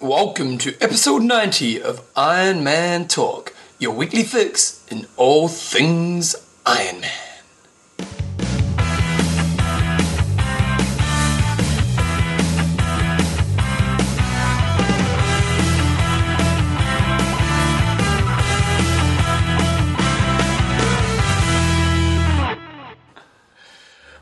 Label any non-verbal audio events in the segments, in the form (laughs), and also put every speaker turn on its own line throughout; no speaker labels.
Welcome to episode 90 of Iron Man Talk, your weekly fix in all things Iron Man.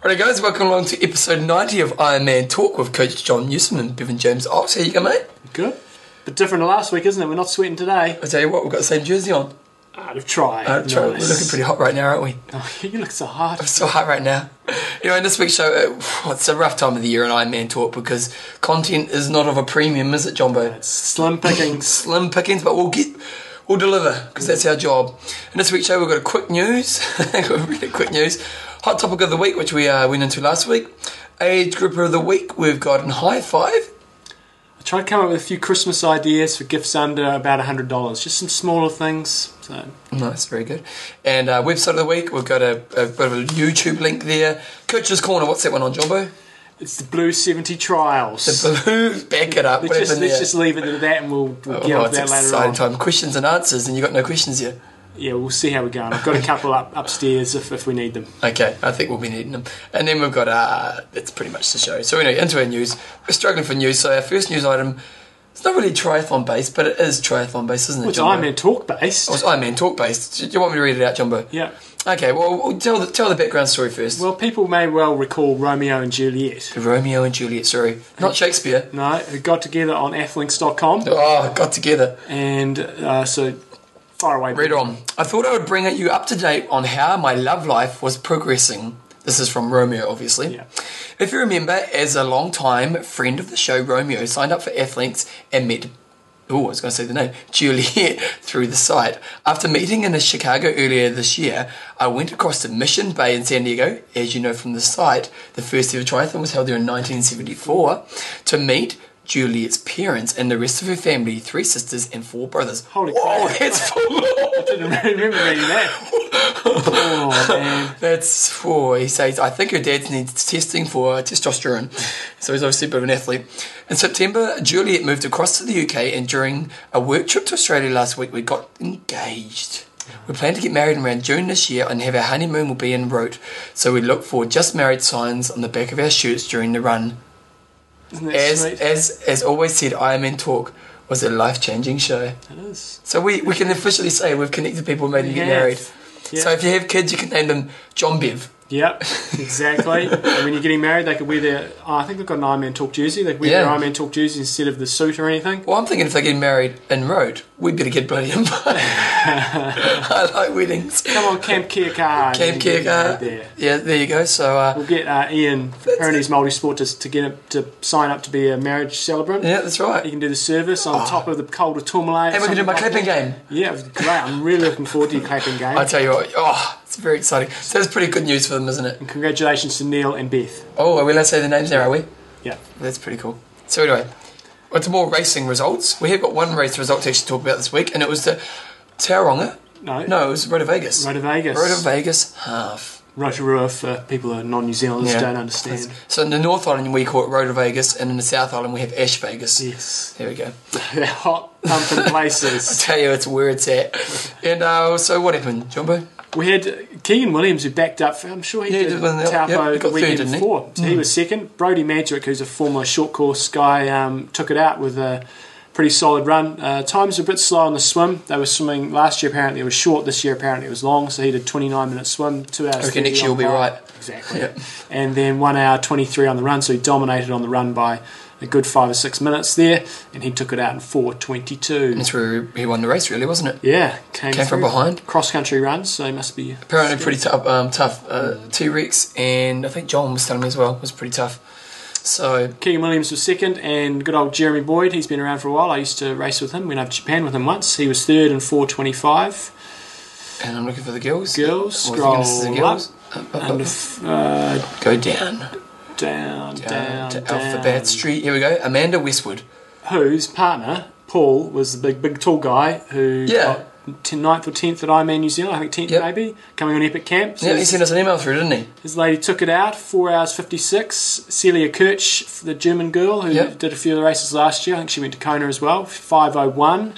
Alright guys, welcome along to episode 90 of Iron Man Talk with Coach John Newsom and Bevan James Ox. How you going, mate?
Good. But different to last week, isn't it? We're not sweating today.
I tell you what, we've got the same jersey on.
I'd have tried.
Uh, try- We're looking pretty hot right now, aren't we? (laughs)
(laughs) you look so hard.
It's so hot right now. Anyway, in this week's show, uh, (sighs) it's a rough time of the year in Iron Man Talk because content is not of a premium, is it, Jumbo?
It's slim pickings.
Slim pickings, but we'll get, we'll deliver because that's our job. In this week's show, we've got a quick news, (laughs) really quick news, hot topic of the week, which we uh, went into last week. Age grouper of the week, we've got in high five.
I tried to come up with a few Christmas ideas for gifts under about $100. Just some smaller things. So,
Nice, very good. And uh, website of the week, we've got a, a bit of a YouTube link there. Coach's Corner, what's that one on, Jumbo?
It's the Blue 70 Trials.
Blue, back it up. what
let's just,
happened
let's
there?
just leave it at that and we'll, we'll
Oh,
get
oh,
onto
it's
that later
exciting
on.
time. Questions and answers, and you got no questions here.
Yeah, we'll see how we're going. I've got a couple up upstairs if, if we need them.
Okay, I think we'll be needing them. And then we've got, uh, that's pretty much the show. So, anyway, into our news. We're struggling for news. So, our first news item, it's not really triathlon based, but it is triathlon based, isn't it?
Which
Jumbo?
Iron Man talk
Oh,
based.
it's Iron Man talk based. Do you want me to read it out, Jumbo?
Yeah.
Okay, well, well, tell the, tell the background story first.
Well, people may well recall Romeo and Juliet.
Romeo and Juliet, sorry. Not Shakespeare.
No, who got together on athlinks.com.
Oh, got together.
And uh, so, far away.
Read on. I thought I would bring you up to date on how my love life was progressing. This is from Romeo, obviously.
Yeah.
If you remember, as a long-time friend of the show, Romeo signed up for Athlinks and met. Oh, I was going to say the name Juliet (laughs) through the site. After meeting in Chicago earlier this year, I went across to Mission Bay in San Diego. As you know from the site, the first ever triathlon was held there in 1974 to meet Juliet's parents and the rest of her family, three sisters and four brothers.
Holy
Whoa,
crap.
that's full
I (laughs) remember reading that.
(laughs)
Oh, man.
That's for he says. I think her dad needs testing for testosterone, so he's obviously a bit of an athlete. In September, Juliet moved across to the UK, and during a work trip to Australia last week, we got engaged. We plan to get married around June this year, and have our honeymoon will be en route. So we look for just married signs on the back of our shirts during the run.
Isn't that
As
sweet?
as as always said, I am in talk. Was a life changing show.
it is.
So we, we can officially say we've connected people and made them get
Yeah.
married.
Yeah.
So if you have kids, you can name them John Bev. (laughs)
Yep, exactly. and when you're getting married, they could wear their. Oh, I think they've got an Iron Man Talk jersey. They could wear their
Yeah.
Iron Man Talk jersey instead of the suit or anything.
Well, I'm thinking if they're getting married in road, we better get
(laughs)
bloody invited. I like weddings.
Come on, Camp Kierkegaard.
Camp
and get
Kierkegaard.
married There.
Yeah, there you go. So, uh,
We'll get uh, Ian from Pyrenees Multisport to, to get him to sign up to be a marriage celebrant.
yeah, that's
He
right.
can do the service on top of the cold of Tourmalet. or
And we're going to do
something
my
like
clapping
that.
game.
Yeah, it was great. I'm really looking forward to your clapping game.
I tell you what, oh, it's very exciting. So that's pretty good news for them, isn't it?
Congratulations to Neil and Beth.
Oh, are we allowed to say the names there, are we?
Yeah.
That's pretty cool. So anyway, what's more racing results? We have got one race result to actually talk about this week, and it was the Tauranga.
No.
No, it was Road of Vegas.
Road to Vegas.
Road of Vegas half.
Rotorua for people who are non New Zealanders
Yeah.
don't understand.
So in the North Island we call it Road of Vegas, and in the South Island we have Ash Vegas.
Yes. (laughs)
There we go.
They're hot pumping places.
Tell you it's where it's at. And uh, so what happened, Jumbo?
We had Keegan Williams who backed up for, I'm sure he
Yeah, he
did,
did win that.
Taupo
Yep, he got
the weekend
third, didn't he? Mm.
before. So he was second. Brody Magic, who's a former short course guy, um, took it out with a pretty solid run. Uh, times were a bit slow on the swim. They were swimming last year apparently it was short, this year apparently it was long, so he did twenty nine minute swim, two hours.
reckon
30
next year
on
we'll be
bike.
right.
Exactly.
Yep.
And then one hour twenty three on the run, so he dominated on the run by a good five or six minutes there, and he took it out in four twenty two.
That's where he won the race, really, wasn't it?
Yeah, came,
Came from
through.
behind.
Cross country runs, so he must be
Apparently pretty tough. Um, tough. Uh, T Rex and I think John was telling me as well was pretty tough. So
Keegan Williams was second, and good old Jeremy Boyd. He's been around for a while. I used to race with him. Went over to Japan with him once. He was third in 4:25.
and I'm looking for the girls.
Girls,
Well, I think this is the
scroll
girls. Up, up, up,
And
up.
if, uh,
Go down,
down, down,
down
down,
to Alphabet Street. Here we go. Amanda Westwood.
Whose partner Paul was the big, big, tall guy who
Yeah.
got t- 9th or 10th at Ironman New Zealand, I think 10th
Yep.
maybe, coming on Epic Camp. So
Yeah, he
this-
sent us an email through, didn't he?
his lady took it out, 4 hours 56. Celia Kirch, the German girl who
Yep.
did a few of the races last year, I think she went to Kona as well, 501.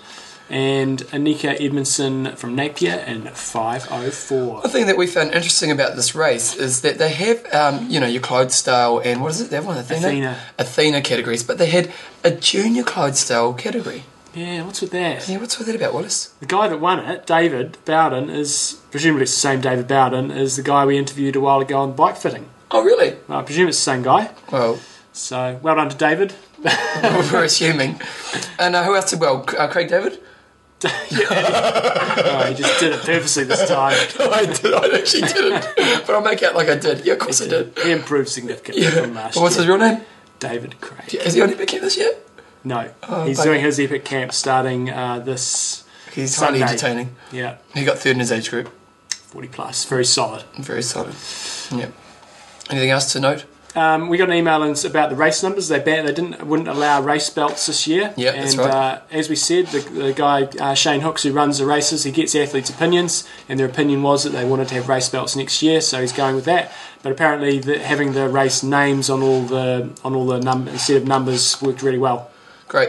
And Anika Edmondson from Napier in 504.
The thing that we found interesting about this race is that they have, um, you know, your Clydesdale and what is it? They have one Athena,
Athena.
Athena categories, but they had a junior Clydesdale category.
Yeah, what's with that?
Yeah, what's with that about Willis?
The guy that won it, David Bowden, is presumably it's the same David Bowden as the guy we interviewed a while ago on bike fitting.
Oh, really?
Well, I presume it's the same guy.
Well, (laughs)
So well done to David.
we're assuming. And uh, who else did well? C- Uh, Craig David?
Oh, he just did it (laughs) purposely
(laughs)
this time.
(laughs) I did. I actually didn't. (laughs) but I'll make out like I did. Yeah, of course I did.
He improved significantly
Yeah. But
from last
what's
year.
his real name?
David Craig.
Is he on Epic Camp this year?
No, he's
but-
doing his epic camp starting uh, this.
He's
Sunday.
highly entertaining.
Yeah,
He got third in his age group.
forty plus, very solid.
Very solid. Yeah. Anything else to note?
Um, we got an email in about the race numbers. They ban- they didn't wouldn't allow race belts this year.
Yeah,
and
that's right.
uh, as we said, the, the guy uh, Shane Hooks who runs the races, he gets athletes' opinions, and their opinion was that they wanted to have race belts next year, so he's going with that. But apparently, the, having the race names on all the on all the num- instead of numbers worked really well.
Great.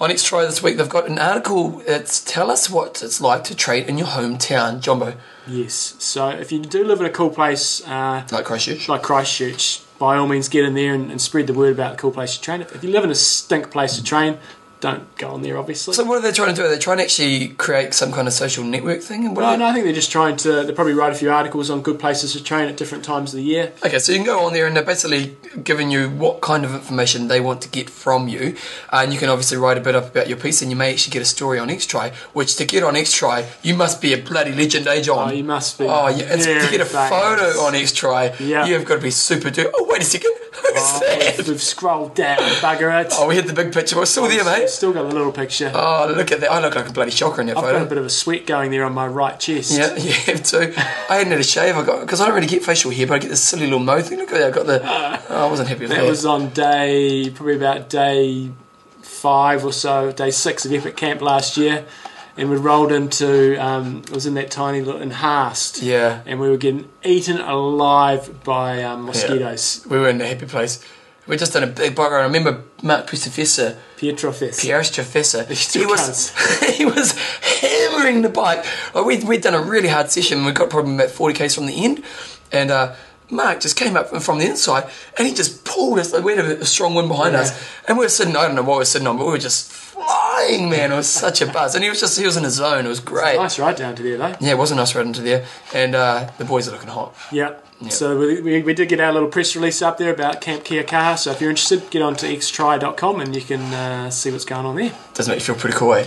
On Next Try this week, they've got an article. It's tell us what it's like to trade in your hometown, Jumbo,
Yes. So if you do live in a cool place. Uh,
like Christchurch.
like Christchurch, by all means get in there and, and spread the word about the cool place to train. If, if you live in a stink place to train, don't go on there, obviously.
So what are they trying to do? Are they trying to actually create some kind of social network thing? And what
no,
are they-
no, I think they're just trying to. They probably write a few articles on good places to train at different times of the year.
Okay, so you can go on there and they're basically giving you what kind of information they want to get from you. And you can obviously write a bit up about your piece and you may actually get a story on X Try, which to get on X Try, you must be a bloody legend, eh, John?
Oh, you must be.
Oh, yeah, it's,
very
to get a
famous.
photo on X Try,
Yeah.
you've got to be super duper. Oh, wait a second. (laughs) Who's
Oh,
that?
we've, we've scrolled down, bugger it.
Oh, we had the big picture. We're still there, mate.
Still got the little picture.
Oh, look at that. I look like a bloody shocker in that
I've got a
photo.
bit of a sweat going there on my right chest.
Yeah, (laughs) you have to. I hadn't had a shave. I got because I don't really get facial hair, but I get this silly little mo thing. Look at that. I got the. Oh, I wasn't happy with that.
That was on day, probably about day five or so, day six of Epic Camp last year. And we rolled into, um, it was in that tiny little, in Haast.
yeah,
And we were getting eaten alive by um, mosquitoes.
we were in a happy place. We just done a big bugger. I remember Mark Pusafessa,
Pietrofest.
Pierre's Professor.
still
He was (laughs) he was hammering the bike. Like we'd, we'd done a really hard session. We got probably about forty k's from the end, and uh, Mark just came up from the inside and he just pulled us. Like we had a, a strong wind behind
Yeah.
us, and we were sitting. I don't know what we were sitting on, but we were just flying, man. It was such a buzz, and he was just he was in his zone. It was great.
Nice ride down to there, though.
Yeah, it was a nice ride into there, and uh, the boys are looking hot.
Yeah. So we, we, we did get our little press release up there about Camp Kia Kaha. So if you're interested, get on to xtry.com and you can uh, see what's going on there.
Does make you feel pretty cool, eh?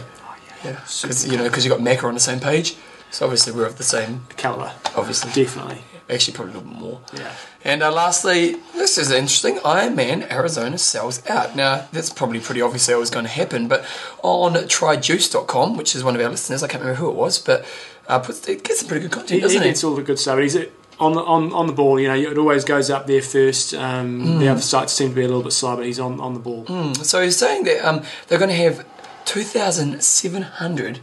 Yeah, because you know, because you got Macca on the same page, so obviously we're of the same.
Colour,
Obviously,
definitely.
actually, probably a little bit more.
Yeah.
And uh, lastly, this is interesting. Ironman Arizona sells out. Now, that's probably pretty obvious how it was going to happen, but on tryjuice.com, which is one of our listeners, I can't remember who it was, but uh, puts, it gets some pretty good
He,
content,
he
doesn't
gets
it?
all the good stuff. He's on the on, on the ball. You know, it always goes up there first. Um,
Mm.
The other sites seem to be a little bit slow, but he's on, on the ball.
So he's saying that um, they're going to have 2,700.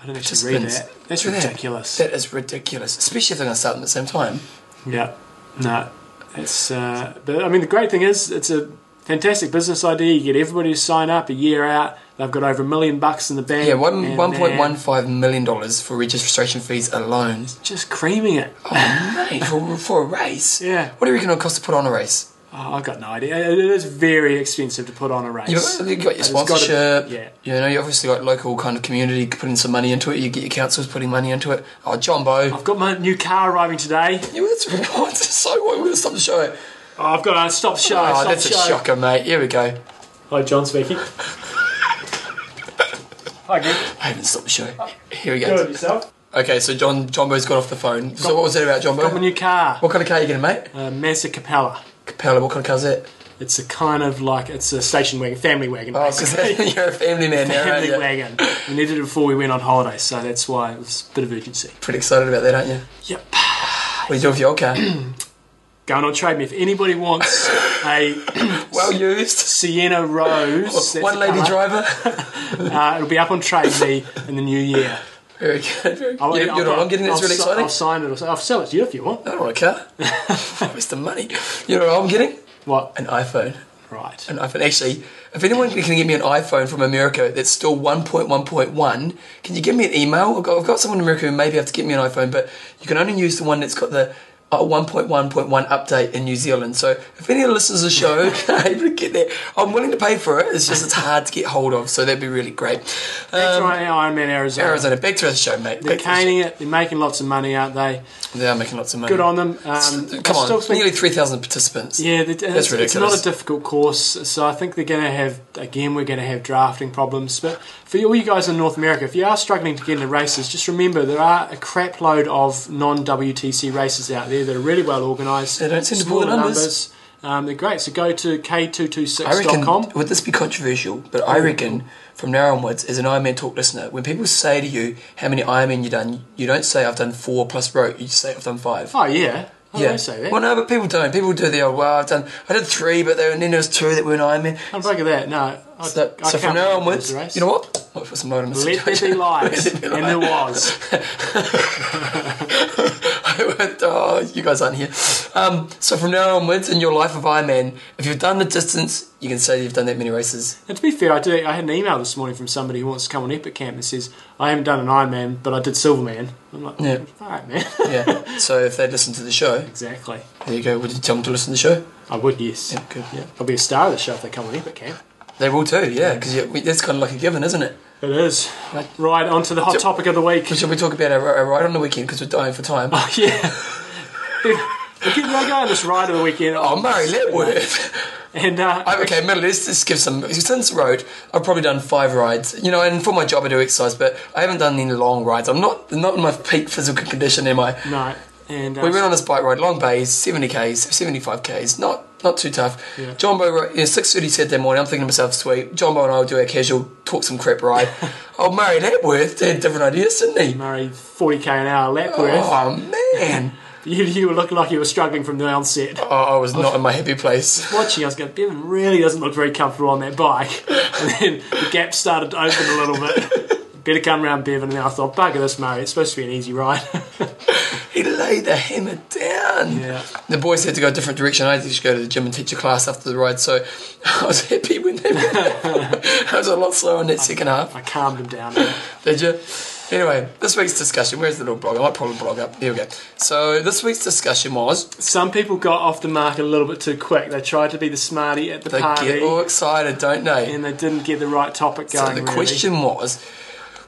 I didn't actually read that.
participants.
That's
Look at that.
ridiculous.
That is ridiculous, especially if they're going to start them at the same time.
Yeah, no, it's. Uh, but I mean, the great thing is, it's a fantastic business idea. You get everybody to sign up a year out. They've got over a million bucks in the bank.
Yeah, one
and
one point
they're
one five million dollars for registration fees
(laughs)
alone.
Just creaming it.
Oh, mate, for, for a race.
Yeah.
What do you reckon it'll cost to put on a race?
Oh, I've got no idea. It it is very expensive to put on a race.
You've you've got your
But it's gotta be-
sponsorship.
yeah.
You know, you obviously got local kind of community putting some money into it. You get your councils putting money into it. Oh, Jumbo.
I've got my new car arriving today.
Yeah, well, that's right. (laughs) so what? We'll stop the show.
Oh, I've got to stop the show.
Oh,
stop
that's
the
a
show.
shocker, mate. Here we go.
Hi, John speaking. Hi, good.
I haven't stopped the show. Here we
Good
go.
yourself.
Okay, so John Jumbo's got off the phone. so what was that about Jumbo?
Got my new car,
What kind of car you getting, mate?
a Mazda Capella.
Capella, what kind of car's
(laughs)
that?
It's a kind of like it's a station wagon, family wagon.
Oh, because
basically.
(laughs) you're a family man now,
(laughs) family
aren't you?
wagon. We needed it before we went on holiday, so that's why it was a bit of urgency.
Pretty excited about that, aren't you?
Yep.
What do you do with your old
(clears throat)
car?
Going on trade me if anybody wants a (clears throat)
well used.
Sienna Rose. that's
Oh, One
the
lady
colour,
driver.
Uh, it'll be up on trade me in the new year.
Very good. Very good. (laughs)
I'll-
you,
I'll-
you know what I'm getting? That's
I'll
really
si-
exciting.
I'll sign it. Or, so- I'll sell it to you if you want.
I don't want a car. (laughs) Waste of money. You know what I'm getting?
What?
An iPhone.
Right.
An iPhone. Actually, if anyone can get me an iPhone from America that's still 1.1.1, can you give me an email? I've got, I've got someone in America who may be able to get me an iPhone, but you can only use the one that's got the uh, 1.1.1 update in New Zealand. So if any of the listeners of the show (laughs) are able to get that, I'm willing to pay for it. It's just it's hard to get hold of, so that'd be really great.
That's
Um,
right. Iron Man Arizona.
Arizona, back to the show, mate. Back
They're
to the show.
caning it. They're making lots of money, aren't they?
They are making lots of money.
Good on them. Um, I
Come on,
still think-
nearly 3,000 participants.
Yeah, they, it's, it's not
ridiculous.
a difficult course, so I think they're going to have again. We're going to have drafting problems, but for all you guys in North America, if you are struggling to get into races, just remember there are a crap load of non-WTC races out there that are really well organised.
They don't seem to pull the
smaller
numbers.
Um, they're great. So go to
I reckon,
k226.com.
would this be controversial? But
Oh.
I reckon from now onwards, as an Ironman Talk listener, when people say to you how many Ironman you've done, you don't say I've done four plus rope, you say I've done five.
Oh yeah, I don't say that.
Well, no, but people don't. People do the old, well, I've done, I did three, but there, and then there was two that were an Ironman.
I'm break of that. No, I,
So,
I
so from
can't
now
remember
onwards,
the race.
you know what? Might put some light on the
Let there
situation. (laughs)
be light,
Let there be
and
light.
there was.
I went, (laughs) oh, you guys aren't here. Um, so from now onwards, in your life of Ironman, if you've done the distance, you can say you've done that many races.
And to be fair, I did. I had an email this morning from somebody who wants to come on Epic Camp and says, "I haven't done an Ironman, but I did Silverman." I'm like,
Yeah.
"All right, man." (laughs)
Yeah. so if they listen to the show,
exactly.
there you go. Would you tell them to listen to the show?
I would, yes.
Yeah, good.
Yeah. I'll be a star of the show if they come on Epic Camp.
They will too, yeah, because that's kind of like a given, isn't it?
It is.
Right.
Right, on to the hot topic of the week. (laughs)
Shall we talk about our, our ride on the weekend because we're dying for time?
Oh, yeah. Dude, we keep going on this ride of the weekend.
Oh, Murray Letworth.
And, uh,
I, okay, middle. Let's just give some. Since road, I've probably done five rides. You know, and for my job, I do exercise, but I haven't done any long rides. I'm not not in my peak physical condition, am I?
no. And, uh,
We went on this bike ride, long bays, 70 k's, 75 k's, not not too tough. Jumbo, ro- you know, 6:30 Saturday morning. I'm thinking to myself, sweet. Jumbo and I will do our casual, talk some crap ride. oh, Murray Letworth had different ideas, didn't he?
Murray, 40k an hour lap worth.
Oh man,
You, you were looking like you were struggling from the onset.
oh, I was not in my happy place.
watching, I was going, Bevan really doesn't look very comfortable on that bike. (laughs) And then the gap started to open a little bit. (laughs) Better come round Bevan. And then I thought, bugger this, Murray. It's supposed to be an easy ride. (laughs)
He laid the hammer down.
Yeah.
The boys had to go a different direction. I had to just go to the gym and teach a class after the ride, so (laughs) I was happy when they went. (laughs) I was a lot slower in that second half.
I calmed him down. there.
Did you? Anyway, this week's discussion. Where's the little blog? I might pull the blog up. Here we go. So this week's discussion was
Some people got off the mark a little bit too quick. They tried to be the smarty at the
they
party
get all excited, don't they?
and they didn't get the right topic going.
So the
really.
question was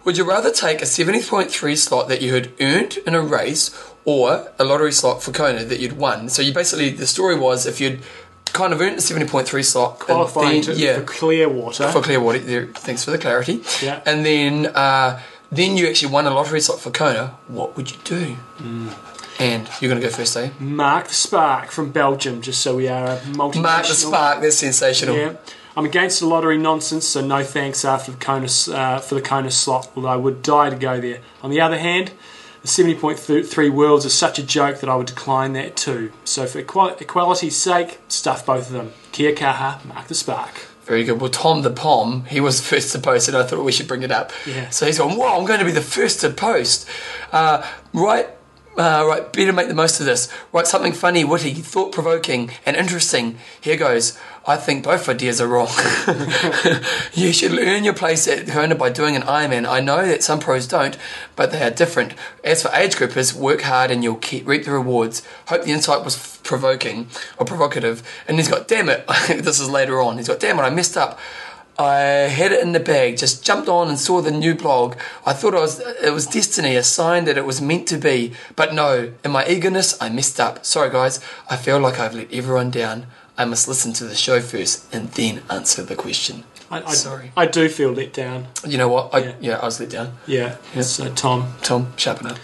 Would you rather take a 70.3 slot that you had earned in a race or a lottery slot for Kona that you'd won? So you basically, the story was if you'd kind of earned the 70.3 slot, and
qualifying
then-
to,
yeah,
for Clearwater.
for Clearwater, there- thanks for the clarity.
Yeah.
And then, uh, then you actually won a lottery slot for Kona, what would you do?
Mm.
And you're going to go first, eh?
Mark the Spark from Belgium, just so we are a multinational.
Mark the spark, that's sensational.
Yeah, I'm against the lottery nonsense, so no thanks after the Kona, uh, for the Kona slot, although I would die to go there. On the other hand, the 70.3 worlds is such a joke that I would decline that too. So for equal- equality's sake, stuff both of them. Kia kaha, mark the spark.
Very good. Well, Tom the Pom, he was (laughs) first to post, and I thought we should bring it up.
Yeah.
So he's gone, wow, I'm going to be the first to post. Uh, right, uh, right, better make the most of this. Write something funny, witty, thought provoking, and interesting. Here goes. I think both ideas are wrong. (laughs) you should earn your place at Kona by doing an Ironman. I know that some pros don't, but they are different. As for age groupers, work hard and you'll keep, reap the rewards. Hope the insight was f- provoking or provocative. And he's got, damn it, (laughs) this is later on. He's got, damn it, I messed up. I had it in the bag, just jumped on and saw the new blog. I thought I was, it was destiny, a sign that it was meant to be. But no, in my eagerness, I messed up. Sorry, guys, I feel like I've let everyone down. I must listen to the show first and then answer the question.
I, I,
Sorry.
I do feel let down.
You know what? I, yeah.
Yeah.
I was let down.
Yeah, so Tom.
Tom, sharpen up.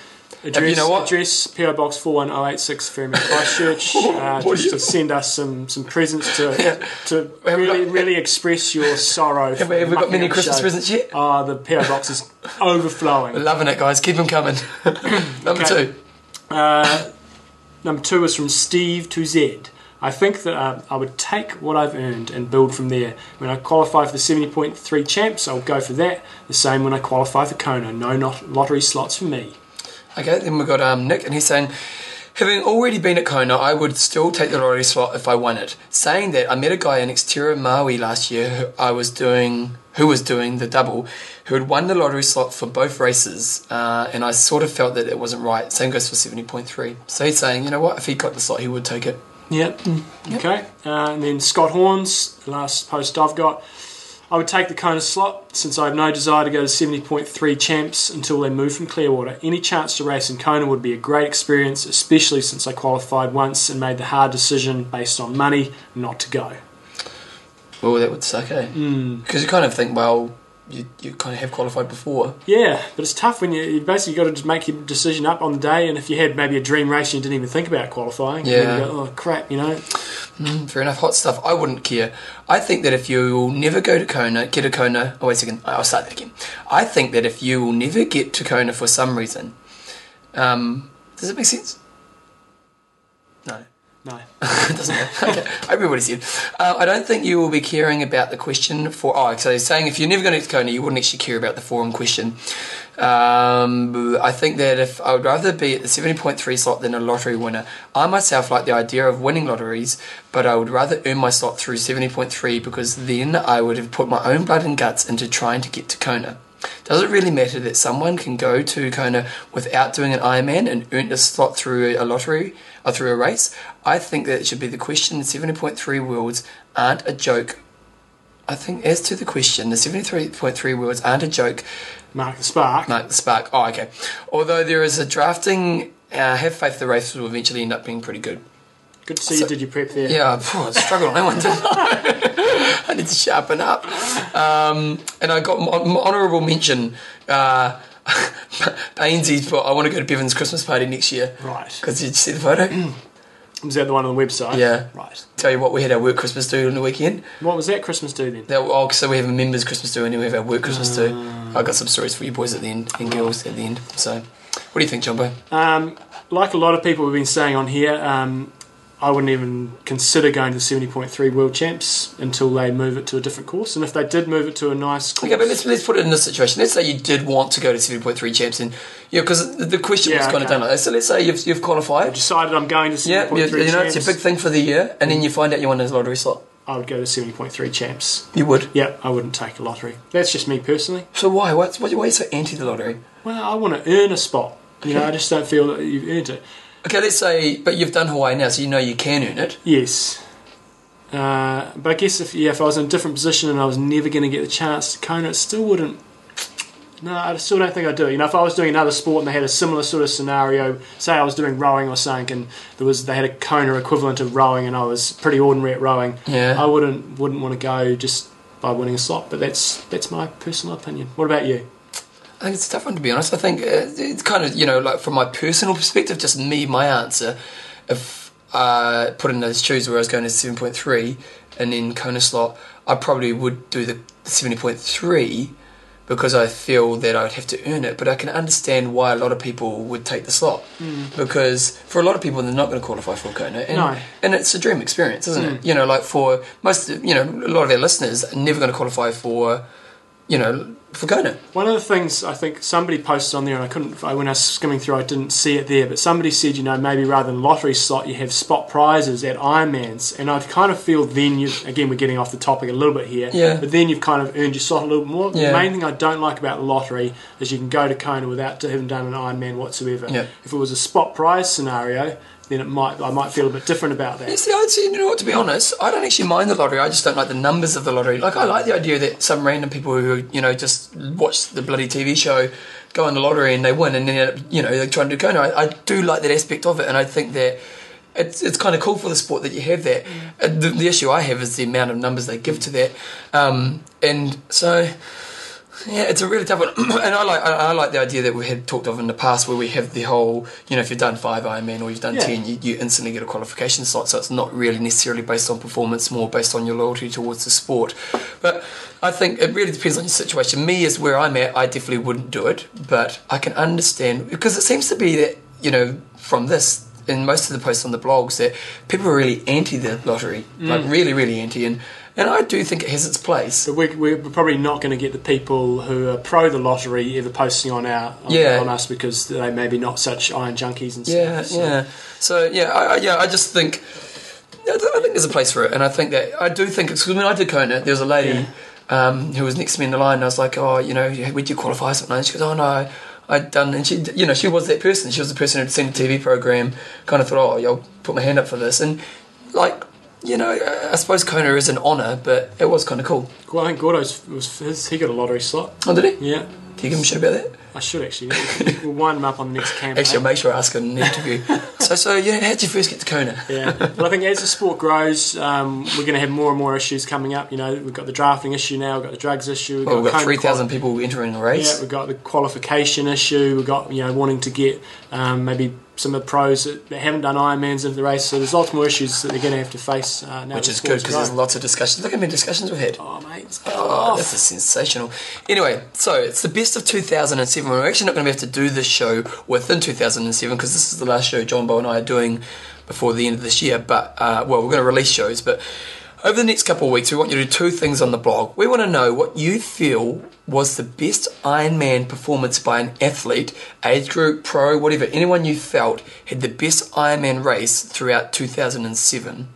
Address,
you know what?
address PO Box 41086
(laughs)
Fairmont Christchurch. uh,
What do
just
you-
to send us some, some presents to
(laughs) Yeah.
to
Have we
really
got-
really express your sorrow.
Have we, have we got many Christmas presents yet?
Ah, the PO Box is (laughs) overflowing.
Loving it, guys. Keep them coming. (laughs) Number
Okay.
two.
Uh, Number two is from Steve to Z. I think that um, I would take what I've earned and build from there. When I qualify for the 70.3 champs, I'll go for that. The same when I qualify for Kona. No not lottery slots for me.
Okay, then we've got um, Nick, and he's saying, Having already been at Kona, I would still take the lottery slot if I won it. Saying that, I met a guy in Exterior Maui last year who I was doing, who was doing the double, who had won the lottery slot for both races, uh, and I sort of felt that it wasn't right. Same goes for seventy point three. So he's saying, you know what, if he got the slot, he would take it.
Yep.
Mm.
Okay. Uh, and then Scott Horns, the last post I've got. I would take the Kona slot since I have no desire to go to 70.3 champs until they move from Clearwater. Any chance to race in Kona would be a great experience, especially since I qualified once and made the hard decision based on money not to go.
Well, that would suck, eh? Because you kind of think, well, you, you kind of have qualified before.
Yeah, but it's tough when you, you basically got to just make your decision up on the day. And if you had maybe a dream race and you didn't even think about qualifying, you
Yeah.
go, oh crap, you know.
Mm, fair enough, hot stuff. I wouldn't care. I think that if you will never go to Kona, get to Kona. Oh, wait a second. I'll start that again. I think that if you will never get to Kona for some reason, um, does it make sense? No.
No.
it (laughs) doesn't matter. Okay. Everybody's in. Uh, I don't think you will be caring about the question for. Oh, so he's saying if you're never going to Kona, you wouldn't actually care about the forum question. Um, I think that if I would rather be at the 70.3 slot than a lottery winner. I myself like the idea of winning lotteries, but I would rather earn my slot through 70.3 because then I would have put my own blood and guts into trying to get to Kona. Does it really matter that someone can go to Kona without doing an Ironman and earn a slot through a lottery or through a race? I think that it should be the question. The 70.3 worlds aren't a joke. I think as to the question, the 73.3 worlds aren't a joke.
Mark the spark.
Like the spark. Oh, okay. Although there is a drafting, uh, have faith the races will eventually end up being pretty good.
Good to see
So-
you did your prep there.
Yeah, phew, I struggled on that one. (laughs) Didn't I? I need to sharpen up. Um, and I got mon- mon- honourable mention. Uh, (laughs) Ainsley, but I want to go to Bevan's Christmas party next year.
Right.
Because did you see the
Mm.
photo?
Was that the one on the website?
Yeah.
Right.
Tell you what, we had our work Christmas do on the weekend.
What was that Christmas do then?
That, oh, so we have a members Christmas do and then we have our work Christmas do.
Ah.
I got some stories for you boys at the end and girls at the end. So, what do you think, Jumbo?
Um, like a lot of people have been saying on here, um, I wouldn't even consider going to the 70.3 World Champs until they move it to a different course. And if they did move it to a nice course,
Okay, but let's, let's put it in this situation. Let's say you did want to go to 7.3 champs, and yeah, because the, the question
Yeah,
was kind of
okay.
done like that. So let's say you've, you've
I
qualified.
decided I'm going to 70.3
Yeah, you, you know,
Champs,
it's a big thing for the year, and then you find out you won this lottery slot.
I would go to 70.3 Champs.
You would.
Yeah, I wouldn't take a lottery. That's just me personally.
So why? What's, why are you so anti the lottery?
Well, I want to earn a spot. You know, I just don't feel that you've earned it.
Okay, let's say, but you've done Hawaii now, so you know you can earn it.
Yes. Uh, but I guess if yeah, if I was in a different position and I was never going to get the chance to Kona, it still wouldn't. No, I still don't think I'd do it. You know, if I was doing another sport and they had a similar sort of scenario, say I was doing rowing or something, and there was they had a Kona equivalent of rowing, and I was pretty ordinary at rowing,
Yeah.
I wouldn't wouldn't want to go just by winning a slot. But that's that's my personal opinion. What about you?
I think it's a tough one to be honest. I think uh, it's kind of you know like from my personal perspective, just me, my answer. If I put in those shoes where I was going to seven point three, and then Kona slot, I probably would do the seventy point three because I feel that I'd have to earn it. But I can understand why a lot of people would take the slot because for a lot of people they're not going to qualify for Kona, and,
No.
and it's a dream experience, isn't it? You know, like for most, you know, a lot of their listeners are never going to qualify for, you know, for Kona.
One of the things I think somebody posted on there, and I couldn't, I- when I was skimming through, I didn't see it there, but somebody said, you know, maybe rather than lottery slot, you have spot prizes at Ironmans. And I kind of feel then you, again, we're getting off the topic a little bit here,
Yeah.
but then you've kind of earned your slot a little bit more.
Yeah.
The main thing I don't like about lottery is you can go to Kona without having done an Ironman whatsoever.
Yeah.
If it was a spot prize scenario, then it might, I might feel a bit different about that.
Yeah, see, I'd say, you know what, to be honest, I don't actually mind the lottery. I just don't like the numbers of the lottery. Like, I like the idea that some random people who, you know, just watch the bloody TV show go in the lottery and they win and then, end up, you know, they try and do Kona. I, I do like that aspect of it, and I think that it's, it's kind of cool for the sport that you have that. Uh, The, the issue I have is the amount of numbers they give to that. Um, and so. Yeah, it's a really tough one, (clears throat) and I like I, I like the idea that we had talked of in the past, where we have the whole you know if you've done five Ironman or you've done
Yeah.
ten, you, you instantly get a qualification slot. So it's not really necessarily based on performance, more based on your loyalty towards the sport. But I think it really depends on your situation. Me is where I'm at. I definitely wouldn't do it, but I can understand because it seems to be that you know from this in most of the posts on the blogs that people are really anti the lottery, like really, really anti, and and I do think it has its place.
But we're, we're probably not going to get the people who are pro the lottery ever posting on our on,
Yeah.
on us because they may be not such iron junkies and
Yeah,
stuff. so-
yeah. So yeah, I, I- yeah. I just think I th- I think there's a place for it, and I think that I do think because when I did Kona, there was a lady um, who was next to me in the line, and I was like, "Oh, you know, would you qualify or something?" And she goes, "Oh no." I'd done, and she, you know, she was that person. She was the person who'd seen a TV program, kind of thought, "Oh, yeah, I'll put my hand up for this." And like, you know, I- I suppose Kona is an honour, but it was kind of cool.
Well, I think Gordo's was his, he got a lottery slot.
Oh, did he?
Yeah,
Can you give him a shit about that?
I should actually.
(laughs)
we'll wind him up on the next campaign.
Actually, I'll make sure I ask him in an
(laughs)
interview. so, so yeah, how would you first get to Kona?
yeah, but I think as the sport grows, um, we're going to have more and more issues coming up. You know, we've got the drafting issue now, we've got the drugs issue, we've
Well, we've got
Kona
three thousand people entering the race.
Yeah, we've got the qualification issue. We've got you know wanting to get um, maybe some of the pros that, that haven't done Ironmans into the race. So there's lots more issues that they're going to have to face uh, now.
Which
the
is good
sport's
because there's
growing.
lots of discussions. Look how many discussions we've had.
oh mate, it's
Oh,
off.
this is sensational. Anyway, so it's the best of 2007. We're actually not going to have to do this show within 2007 because this is the last show John Bo and I are doing before the end of this year. But, uh, well, we're going to release shows. But over the next couple of weeks, we want you to do two things on the blog. We want to know what you feel was the best Ironman performance by an athlete, age group, pro, whatever, anyone you felt had the best Ironman race throughout 2007.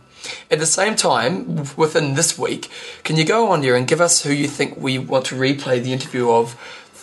At the same time, w- within this week, can you go on here and give us who you think we want to replay the interview of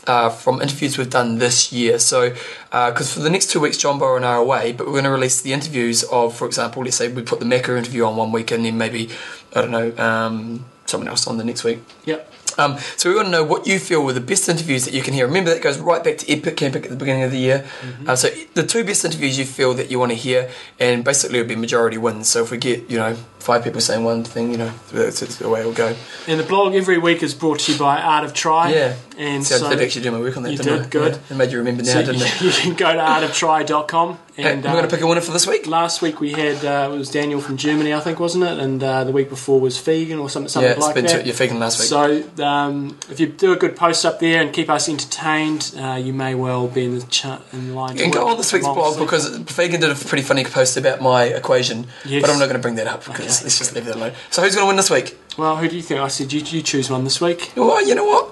uh, from interviews we've done this year? So, because for the next two weeks, John Burrow and I are away, but we're going to release the interviews of, for example, let's say we put the Mecca interview on one week and then maybe, I don't know, um, someone else on the next week.
Yep.
Um, so we want to know what you feel were the best interviews that you can hear. Remember that goes right back to Epic Camp at the beginning of the year.
Mm-hmm.
Uh, so the two best interviews you feel that you want to hear, and basically it'll be majority wins. So if we get you know five people saying one thing, you know that's, that's the way it'll go.
And the blog every week is brought to you by Art of Try.
Yeah.
And
so,
so,
I did actually do my work on that.
you
didn't
did,
I?
good.
Yeah, it made you remember now,
so
didn't
you,
it?
(laughs) you can go to artoftry.com.
Hey,
And
we're going
uh,
to pick a winner for this week.
last week we had uh, it was Daniel from Germany, I think, wasn't it? And uh, the week before was Fegan or something, something
Yeah, it's
like
been
that.
two, you're faking last week.
So, um, if you do a good post up there and keep us entertained, uh, you may well be in the ch- in line.
you can go on this week's blog because Fagan did a pretty funny post about my equation,
Yes.
but I'm not going to bring that up because
Okay.
let's just leave that alone. So who's going to win this week?
Well, who do you think? I said you, you choose one this week.
Well, you know what?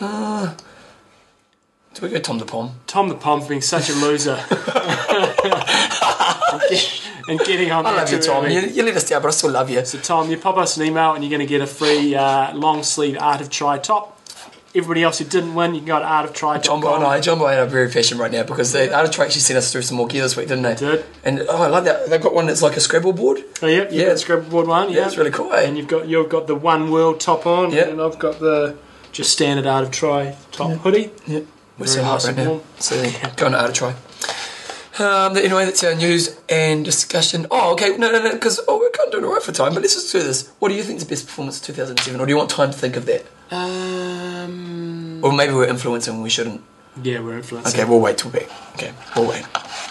Uh, do we go Tom the Pom?
Tom the Pom for being such
(laughs)
a loser. And get- and getting on
I
there
love you,
too
Tom.
early.
You, you let us down, but I still love you.
So, Tom, you pop us an email and you're going to get a free uh, long sleeve Art of Try top. Everybody else who didn't win, you can go to Art of Try.
Jumbo and I, Jumbo and I are very fashion right now because they out of track actually sent us through some more gear this week, didn't they?
did.
And oh, I love that. They've got one that's like a Scrabble board.
Oh, yep,
Yeah.
you've yeah. got the Scrabbleboard one.
Yeah, it's really cool. eh?
And you've got you've got the one world top on,
Yeah.
and I've got the just standard art of try top hoodie.
Yeah. We're
Very
so hard
nice
right
and
now.
warm.
So going to out of try. Um, anyway, that's our news and discussion. Oh, okay. No, no, no. Because oh, we're kind of doing all right for time. But let's just do this. What do you think is the best performance of 2007? Or do you want time to think of that?
Um,
Or maybe we're influencing when we shouldn't.
yeah, we're influencing.
Okay, we'll wait till we. Okay, we'll wait.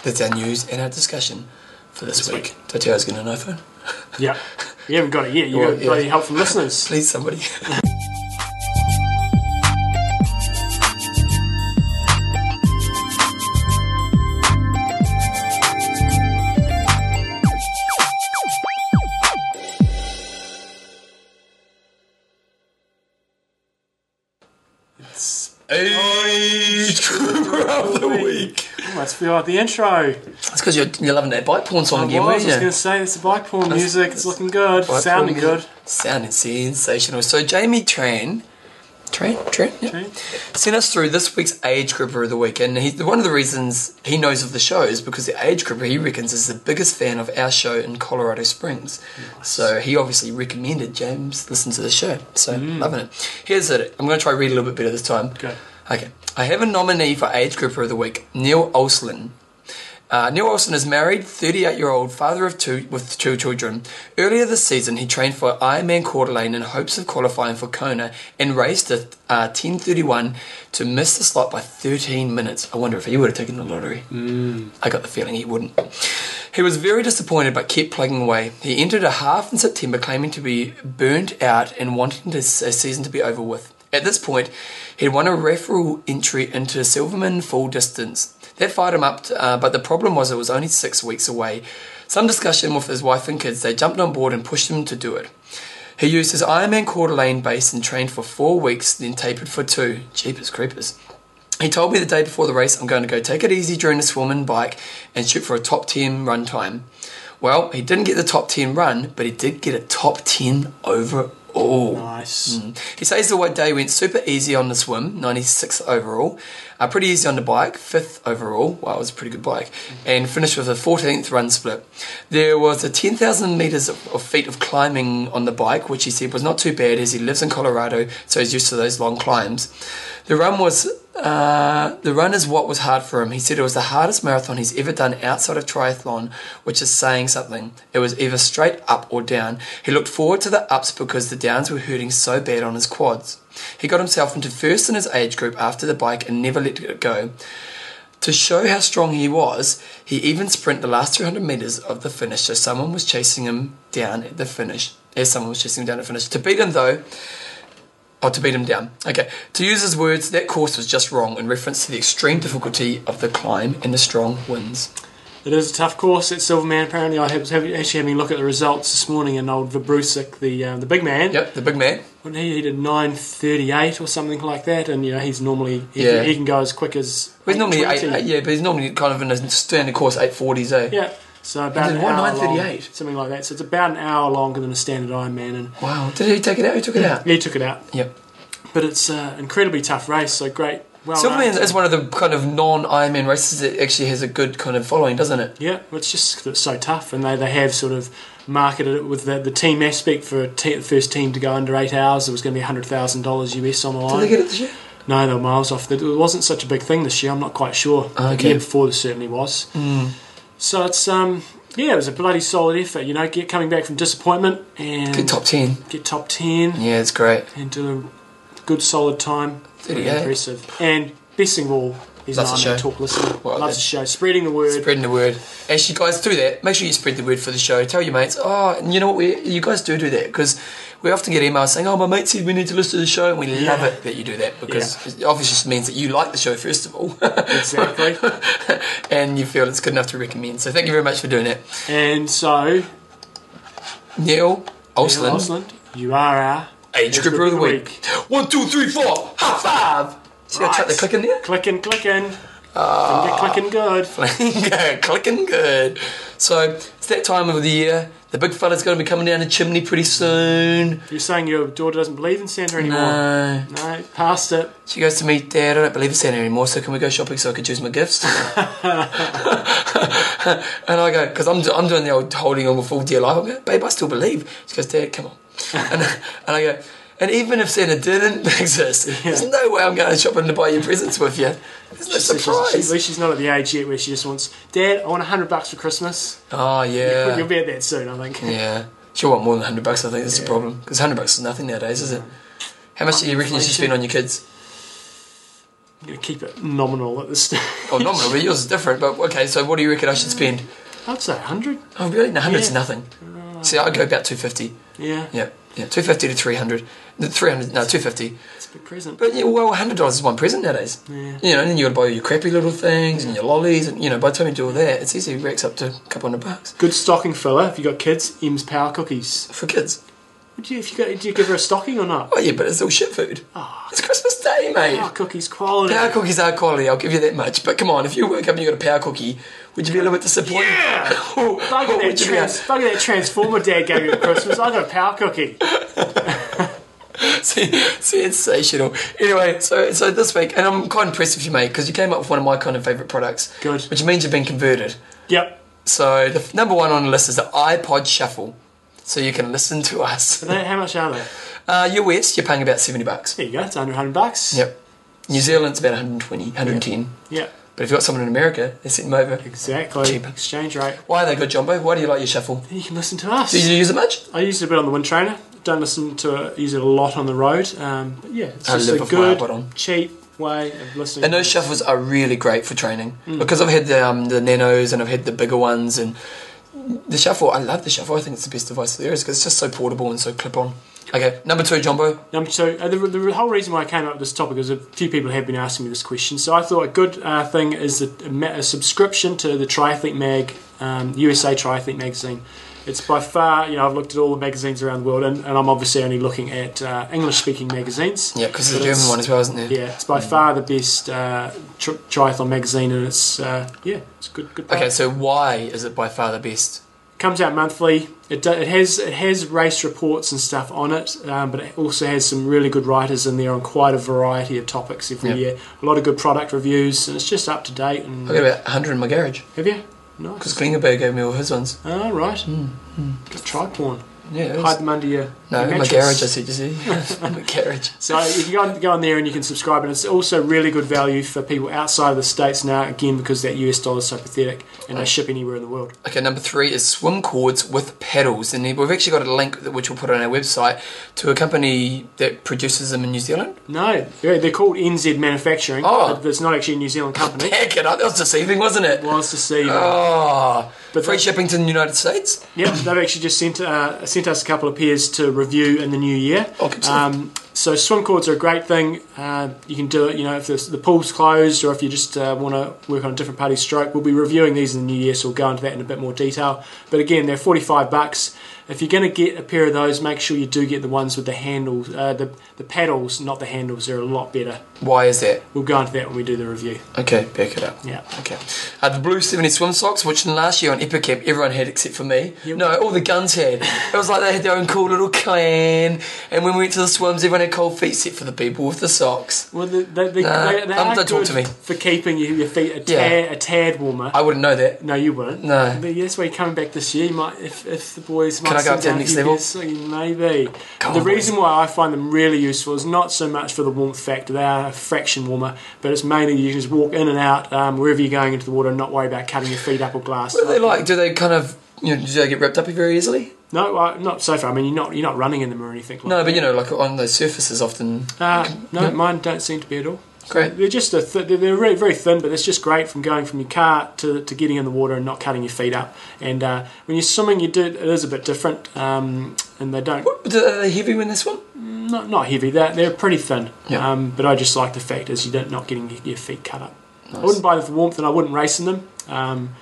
That's our news and our discussion for this week. Tatiana's getting an iPhone.
Yeah, you haven't got it yet. You
Well,
got
yeah.
bloody help
(laughs)
from listeners.
Please, somebody.
It's-
Age (laughs) group of the week.
oh, let's feel like the intro.
That's because you're, you're loving that bike porn song
I was,
again,
I was
weren't you?
going to say it's the bike porn music. It's looking good,
Bike
sounding
porn
good.
music. Sounding sensational. So Jamie Tran. Tran, Tran, yeah. sent us through this week's age grouper of the week, and he's, one of the reasons he knows of the show is because the age grouper he reckons is the biggest fan of our show in Colorado Springs. So he obviously recommended James listen to the show. So loving it. Here's it. I'm going to try to read a little bit better this time.
Mm. Go.
Okay. I have a nominee for age grouper of the week, Neil Olslin. Uh, Neil Olsen is married, 38 year old, father of two with two children. Earlier this season, he trained for Ironman Coeur d'Alene in hopes of qualifying for Kona and raced a uh, 10:31 to miss the slot by 13 minutes. I wonder if he would have taken the lottery. I got the feeling he wouldn't. He was very disappointed but kept plugging away. He entered a half in September claiming to be burnt out and wanting the s- season to be over with. At this point, he'd won a referral entry into Silverman full distance. That fired him up, uh, but the problem was it was only six weeks away. Some discussion with his wife and kids, they jumped on board and pushed him to do it. He used his Ironman Coeur d'Alene base and trained for four weeks, then tapered for two. Jeepers creepers. He told me the day before the race, I'm going to go take it easy during the swim and bike and shoot for a top 10 run time. Well, he didn't get the top 10 run, but he did get a top 10 overall.
Nice.
He says the white day went super easy on the swim, 96th overall, uh, pretty easy on the bike, 5th overall, wow, it was a pretty good bike, and finished with a 14th run split. There was a 10,000 metres of, of feet of climbing on the bike, which he said was not too bad as he lives in Colorado, so he's used to those long climbs. The run was uh, the run is what was hard for him. He said it was the hardest marathon he's ever done outside of triathlon, which is saying something. It was either straight up or down. He looked forward to the ups because the downs were hurting so bad on his quads. He got himself into first in his age group after the bike and never let it go. To show how strong he was, he even sprinted the last 200 metres of the finish, so someone was chasing him down at the finish. As someone was chasing him down at the finish. To beat him, though, Oh, to beat him down. Okay. To use his words, that course was just wrong in reference to the extreme difficulty of the climb and the strong winds.
It is a tough course at Silverman. Apparently, I was having, actually having a look at the results this morning, and old Vabrusic, the uh, the big man,
Yep, the big man.
when he, he did nine thirty eight or something like that, and you know he's normally he,
Yeah.
he can go as quick as
He's normally eight,
8:20.
eight- yeah, but he's normally kind of in a standard course eight forties, eh?
Yeah. So about
did
an
what,
hour
9:38?
long, something like that. So it's about an hour longer than a standard Ironman, and
Wow. Did he take it out? He took it out.
he took it out.
Yep.
But it's an incredibly tough race. So great. Well,
Silverman
done.
is one of the kind of non Ironman races that actually has a good kind of following, doesn't it?
Yeah, well, it's just it's so tough, and they, they have sort of marketed it with the, the team aspect for a te- the first team to go under eight hours. It was going to be hundred thousand dollars US on the
Did
line.
they get it this year?
no, they were miles off. It wasn't such a big thing this year. I'm not quite sure. The
Oh, Okay. Hmm.
year before, there certainly was. So it's um yeah, it was a bloody solid effort. You know, get coming back from disappointment and
Good top ten.
get top ten
Yeah, it's great.
and do a good solid time. Pretty
38.
impressive. And best thing of all, he's an
Loves the
Ironman
show.
talk listener.
Well,
Loves
that-
the show, spreading the word.
Spreading the word. Actually, guys, do that. Make sure you spread the word for the show. Tell your mates. Oh, and you know what? We, you guys do do that because we often get emails saying, "Oh, my mate said we need to listen to the show," and we love it that you do that because it obviously just means that you like the show first of all, (laughs)
exactly.
and you feel it's good enough to recommend. So thank you very much for doing that,
And so,
Neil
Neil
Olsland,
Osland, you are our
age group of the week. One, two, three, four. High five. See how I chucked the click in there?
Clicking, clicking. Finger clicking good.
(laughs) Yeah, clicking good. So it's that time of the year. The big fella's going to be coming down the chimney pretty soon.
You're saying your daughter doesn't believe in Santa anymore?
No.
No, past it.
She goes to me, Dad, I don't believe it's Santa anymore, so can we go shopping so I can choose my gifts? (laughs) and I go, because I'm, do- I'm doing the old holding on with all dear life. I go, babe, I still believe. She goes, Dad, come on. and, and I go, and even if Santa didn't (laughs) exist, there's no way I'm going shopping to buy you presents with you. There's no
She- she- she- at
surprise.
least she's not at the age yet where she just wants, Dad, I want a hundred bucks for Christmas.
Oh,
You'll
yeah.
be at that soon, I think.
Yeah. She'll want more than 100 bucks, I think that's the problem. Because 100 bucks is nothing nowadays, is it? How much do you reckon you should spend on your kids?
I'm going to keep it nominal at this (laughs) stage.
Oh, nominal, but yours is different. But okay, so what do you reckon I should spend?
I'd say a hundred.
Oh, really? No, 100's
Yeah.
nothing. See, I'd go about 250.
Yeah,
Yeah, yeah, 250 to 300. No, 300, no, 250.
it's a big present.
But, yeah, well, $100 is one present nowadays.
Yeah.
You know, and then you gotta buy all your crappy little things and your lollies, and, you know, by the time you do all that, it's easily racks up to a couple hundred bucks.
Good stocking filler. If you got kids, M's Power Cookies.
For kids.
Would you, if you got, do you give her a stocking or not? Ah,
Oh, yeah, but it's all shit food. It's Christmas Day, mate.
Power Cookies quality.
Power cookies are quality, I'll give you that much. But come on, if you wake up and you got a power cookie, would you be a little bit disappointed? (laughs)
Yeah!
Or- or
Bugger that,
would you be a- (laughs)
trans- bugger that Transformer Dad gave me at Christmas. I got a power cookie.
Se- Sensational. Anyway, so so this week, and I'm quite impressed with you, mate, because you came up with one of my kind of favourite products.
Good.
Which means you've been converted.
Yep.
So the f- number one on the list is the iPod Shuffle. So you can listen to us.
They- How much are they?
Uh, US, you're paying about 70 bucks.
There you go. It's under 100 bucks.
Yep. New Zealand's about 120, 110.
Yep.
But if you've got someone in America, they send them over.
Exactly.
Cheap.
Exchange rate.
Why are they good, Jumbo? Why do you like your shuffle?
Then you can listen to us.
Do you use it much?
I used it a bit on the wind trainer. Don't listen to it. Use it a lot on the road. Um, but yeah, it's
I
just
live
a
with my
good,
iPod on.
cheap way of listening.
And those shuffles are really great for training
Mm.
because I've had the um, the nanos and I've had the bigger ones and the shuffle. I love the shuffle. I think it's the best device there is because it's just so portable and so clip on. Okay, number two, Jumbo.
Um, so uh, the, the whole reason why I came up with this topic is a few people have been asking me this question. So I thought a good uh, thing is a, a, ma- a subscription to the Triathlete Mag, um, USA Triathlete magazine. It's by far, you know, I've looked at all the magazines around the world, and, and I'm obviously only looking at uh, English-speaking magazines.
Yeah, Mm-hmm. because the
But
German
it's-
one as well, isn't there?
Yeah, it's by far the best uh, tr- triathlon magazine, and it's uh, yeah, it's a good. Good.
Okay,
product.
so why is it by far the best?
comes out monthly. It, do, it has it has race reports and stuff on it, um, but it also has some really good writers in there on quite a variety of topics every
Yeah.
year. A lot of good product reviews, and it's just up to date. And
I've got about 100 in my garage
have you?
because
Nice.
Klingerberg gave me all his ones.
All right. Just try porn.
Yeah, it
Hide
was,
them under your
no,
your
in my
mattress.
garage. I said, you see, (laughs)
(laughs)
my garage.
So you can go on, go on there and you can subscribe, and it's also really good value for people outside of the states now. Again, because that US dollar is so pathetic, and they ship anywhere in the world.
Okay, number three is swim cords with paddles, and we've actually got a link that which we'll put on our website to a company that produces them in New Zealand.
No, they're they're called NZ Manufacturing.
Oh.
but it's not actually a New Zealand company.
(laughs) Heck it up, that was deceiving, wasn't it?
Was to see.
Oh,
But
free
that-
shipping to the United States.
Yep, they've actually just sent uh, sent us a couple of pairs to review in the new year.
Oh, good stuff.
um, so swim cords are a great thing. Uh, you can do it, you know, if the, the pool's closed or if you just uh, want to work on a different party stroke. We'll be reviewing these in the new year, so we'll go into that in a bit more detail. But again, they're forty five bucks. If you're going to get a pair of those, make sure you do get the ones with the handles, uh, the the paddles, not the handles. They're a lot better.
Why is that?
We'll go into that when we do the review.
Okay, back it up.
Yeah.
Okay. Uh, the blue 70 swim socks, which in last year on Epicamp everyone had except for me. No, all the guns had. It was like they had their own cool little clan. And when we went to the swims, everyone had cold feet except for the people with the socks.
Well, the, they, they,
Nah,
they, they
don't-
are
don't talk
good
to me.
for keeping your, your feet a tad,
Yeah.
a tad warmer.
I wouldn't know that.
No, you wouldn't.
No.
But yes, we're coming back this year. You might, if, if the boys
I
might
go up to the
sit down,
next
you
level?
get something, maybe.
Come
the
on,
reason why I find them really useful is not so much for the warmth factor. They are a fraction warmer, but it's mainly you can just walk in and out um, wherever you're going into the water and not worry about cutting your feet up or glass.
What are they like? Do they kind of, you know, do they get wrapped up very easily?
No, I, not so far. I mean, you're not you're not running in them or anything. Like
No, but you know, like on those surfaces often.
Uh, no, mine don't seem to be at all.
Great.
They're just a th- they're- they're very very thin, but it's just great from going from your car to, to getting in the water and not cutting your feet up. And uh, when you're swimming, you do it is a bit different, um, and they don't
What, are they heavy when they swim?
not not heavy. They're they're pretty thin.
Yeah.
Um, but I just like the fact is you don't not getting your, your feet cut up. I wouldn't buy them for warmth, and I wouldn't race in them. Um,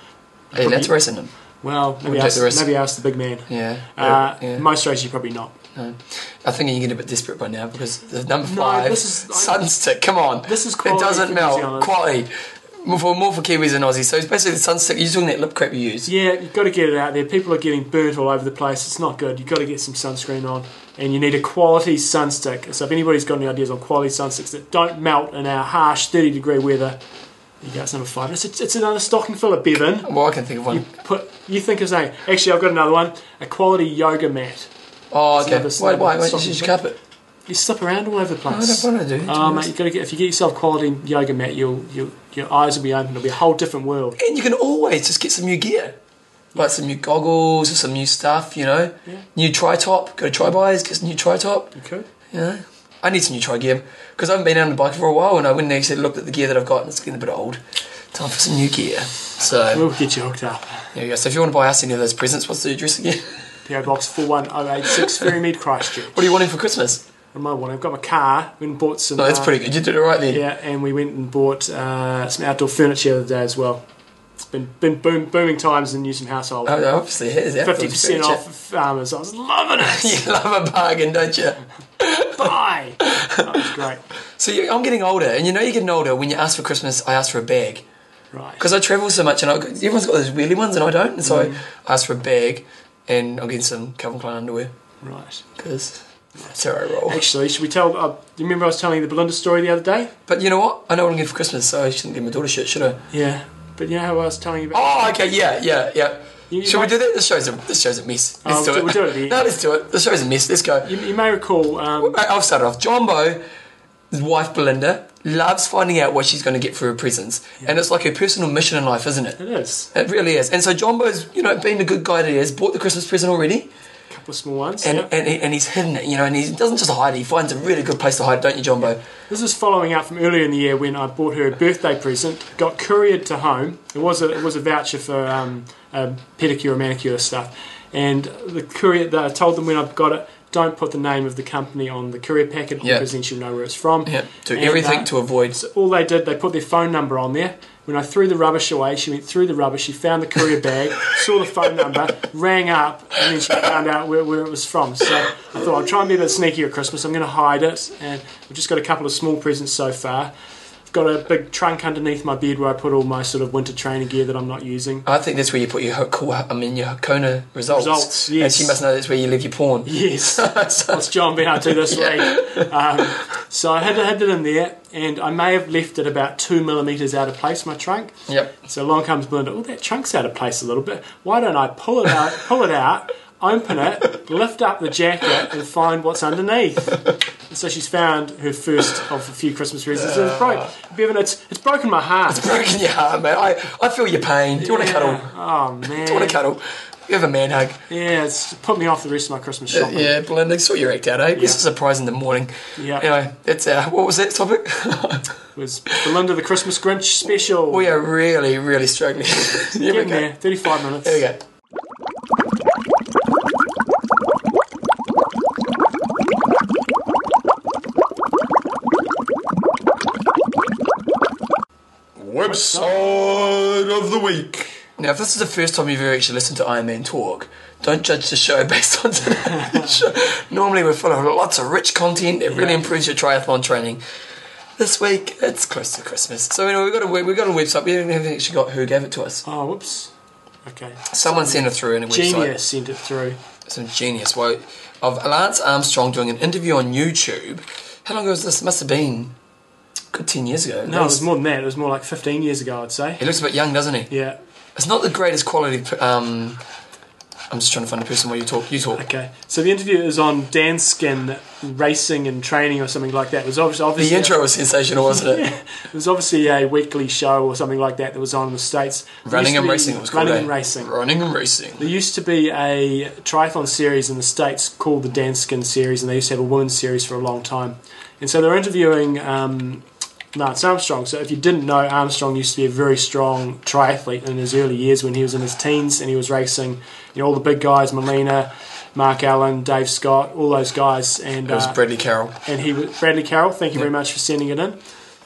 Hey, that's racing them.
well, maybe
take
ask,
the risk.
maybe ask the big man.
Yeah.
Uh,
yeah.
Most races, you probably not.
No. I think you get a bit desperate by now because the number
No,
five,
this is-
Sunstick. Come on,
This is
it
quality
doesn't
for New
melt.
Zealand.
Quality more for more for Kiwis and Aussies. So it's basically the Sunstick. You're talking that lip cream you use.
Yeah, you've got to get it out there. People are getting burnt all over the place. It's not good. You've got to get some sunscreen on. And you need a quality sunstick. So if anybody's got any ideas on quality sunsticks that don't melt in our harsh 30 degree weather, there you go, it's number five. It's, it's another stocking filler, Bevan.
Well, I can think of one.
Put, you think of saying, actually, I've got another one a quality yoga mat.
oh,
it's
okay.
another- it's
Why?
another
Why? Why
stocking
you
filler.
carpet?
You slip around all over the
I don't
place.
want to do.
Oh, mate, you've got to get, if you get yourself quality yoga mat, you'll, you'll, your eyes will be open. It'll be a whole different world.
and you can always just get some new gear, like some new goggles or some new stuff. You know,
Yeah.
new tri top. Go to tri buys. Get some new tri top.
Okay.
Yeah. I need some new tri gear because I haven't been out on the bike for a while and I went and actually looked at the gear that I've got and it's getting a bit old. Time for some new gear. So,
We'll get you hooked up.
there you go. So, if you want to buy us any of those presents, what's the address again? (laughs)
PO Box 41086, Ferrymead, Christchurch.
What are you wanting for Christmas?
And my one, I've got my car. Went and bought some.
No, that's
uh,
pretty good. You did it right there.
Yeah, and we went and bought uh, some outdoor furniture the other day as well. It's been been boom, booming times in Newsom household.
Oh, no, obviously, it is.
Fifty
outdoors
percent
furniture.
off of farmers. I was loving
(laughs)
it.
You love a bargain, don't you?
Bye. That was great.
So, you, I'm getting older, and you know you're getting older when you ask for Christmas, I ask for a bag.
Right.
because I travel so much, and I, everyone's got those wheelie ones, and I don't. And
Mm.
so I asked for a bag, and I'll get some Calvin Klein underwear
Right.
because that's how I roll.
Actually, should we tell? Uh, do you remember I was telling you the Belinda story the other day?
But you know what? I know what I'm getting for Christmas, so I shouldn't give my daughter shit, should I?
Yeah. But you know how I was telling you about.
Oh, okay, yeah, yeah, yeah.
You- you
Should we
might-
do that? This show's a this show's a mess. Let's
Oh,
do it.
we'll do it at the
(laughs)
end.
no, let's do it. This show's a mess. Let's go.
You, you may recall. Um,
Right, I'll start it off. Jumbo, his wife Belinda, loves finding out what she's going to get for her presents, and it's like her personal mission in life, isn't it?
it is
It really is. And so Jumbo's, you know, being the good guy that he is, bought the Christmas present already.
a couple of small ones.
and,
yeah.
and, he, and he's hidden it, you know, and he doesn't just hide it, he finds a really good place to hide, don't you, Jumbo?
This is following up from earlier in the year when I bought her a birthday present, got couriered to home. It was a, it was a voucher for um, um, pedicure, manicure stuff, and the courier that I told them when I got it, don't put the name of the company on the courier packet
Yeah.
because then she'll know where it's from.
Yeah, do
And,
everything
uh,
to avoid.
so all they did, they put their phone number on there. When I threw the rubbish away, she went through the rubbish, she found the courier bag, (laughs) saw the phone number, rang up, and then she found out where, where it was from. So I thought, I'll try and be a bit sneaky at Christmas. I'm going to hide it. And I've just got a couple of small presents so far. I've got a big trunk underneath my bed where I put all my sort of winter training gear that I'm not using. (laughs)
I think that's where you put your Haku- I mean your Hakona results.
Results,
And
yes.
she must know that's where you leave your pawn.
Yes.
(laughs) So-
What's John been up to this week? Um, so I had, had it in there, and I may have left it about two millimetres out of place, my trunk.
yep.
So along comes Belinda. Oh, that chunk's out of place a little bit. Why don't I pull it out? Pull it out. Open it. Lift up the jacket and find what's underneath. And so she's found her first of a few Christmas presents. and It's broke. Bevan, it's it's broken my heart.
Broken your heart, man. I, I feel your pain. Do you want to cuddle?
Yeah. Oh man.
Do you want to cuddle? You have a man hug.
Yeah, it's put me off the rest of my Christmas shopping.
Yeah, Belinda, sort your act out, eh? This is a surprise in the morning.
Yeah.
Anyway, that's our. What was that topic? (laughs)
It was Belinda the Christmas Grinch special.
we are really, really struggling. (laughs) Here we
Getting
go.
there. Thirty-five minutes.
Here we go.
Website of the week.
Now, if this is the first time you've ever actually listened to Iron Man talk, don't judge the show (laughs) based on today's show. Normally, we're full of lots of rich content. It really
Yeah.
improves your triathlon training. This week, it's close to Christmas, so anyway, we've got a we have got a website. We haven't actually got who gave it to us.
Oh, whoops. Okay.
Someone sent it through in a website.
Genius sent it through.
It's ingenious. Well, of Lance Armstrong doing an interview on YouTube. How long ago was this? It must have been good ten years ago.
No, it was more than that. It was more like fifteen years ago, I'd say.
He looks a bit young, doesn't he?
Yeah.
It's not the greatest quality. Um, I'm just trying to find a person while you talk. You talk.
Okay, so the interview is on Danskin racing and training or something like that. It was obviously,
The
obviously
intro was sensational, wasn't it?
(laughs) It was obviously a weekly show or something like that that was on in the states. There
Running
used to
and
be-
racing. It was called
running
eh?
and racing.
Running and racing.
There used to be a triathlon series in the states called the Danskin series, and they used to have a women's series for a long time. And so they're interviewing um, Lance Armstrong. So if you didn't know, Armstrong used to be a very strong triathlete in his early years when he was in his teens, and he was racing you know all the big guys, Molina. Mark Allen, Dave Scott, all those guys, and
It was
uh,
Bradley Carroll.
and he was Bradley Carroll. Thank you very much for sending it in.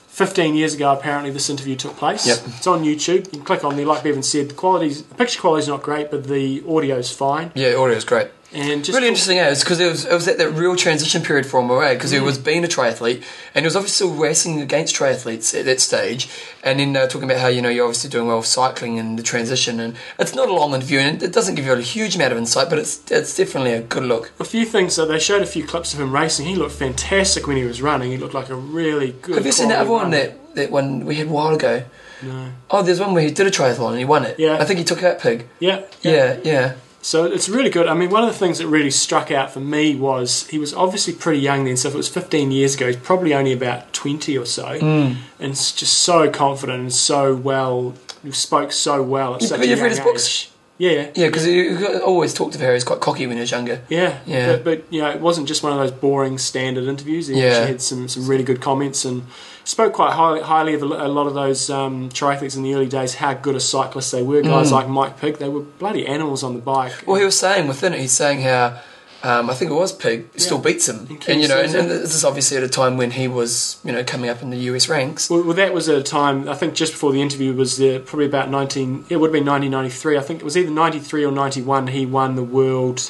15 years ago, apparently, this interview took place.
Yep.
It's on YouTube. You can click on there. Like Bevan said, the quality's, the picture quality's not great, but the audio's fine.
Yeah, audio was great.
And just
Really interesting, yeah. It's because it was, it was at that real transition period for him, right?
Mm.
Because he was being a triathlete and he was obviously still racing against triathletes at that stage. And then uh, talking about how, you know, you're obviously doing well with cycling and the transition. And it's not a long interview and it doesn't give you a huge amount of insight, but it's, it's definitely a good look.
a few things. So they showed a few clips of him racing. He looked fantastic when he was running. He looked like a really good.
Have you seen that
quality
other one,
runner.
that, that one we had a while ago?
No.
Oh, there's one where he did a triathlon and he won it.
Yeah.
I think he took out Pig.
Yeah.
Yeah, yeah.
So it's really good. I mean, one of the things that really struck out for me was he was obviously pretty young then. So if it was 15 years ago, he's probably only about 20 or so,
Hmm.
and s- just so confident and so well. He spoke so well at
You-
such a
you've
young
read his
age.
books?
Yeah,
Yeah, because he he always talked about how he was quite cocky when he was younger.
yeah,
Yeah.
But, but you know, it wasn't just one of those boring standard interviews. He
Yeah.
actually had some, some really good comments and spoke quite highly, highly of a lo- a lot of those um, triathletes in the early days. How good a cyclist they were.
Hmm.
Guys like Mike Pig, they were bloody animals on the bike.
Well, he was saying within it, he's saying how um, I think it was Pig still beats him,
keeps
and you know,
him
and, and
up.
this is obviously at a time when he was you know coming up in the US ranks.
Well, well, that was at a time, I think just before the interview was uh, probably about 19, it would have been 1993. I think it was either 93 or 91 he won the world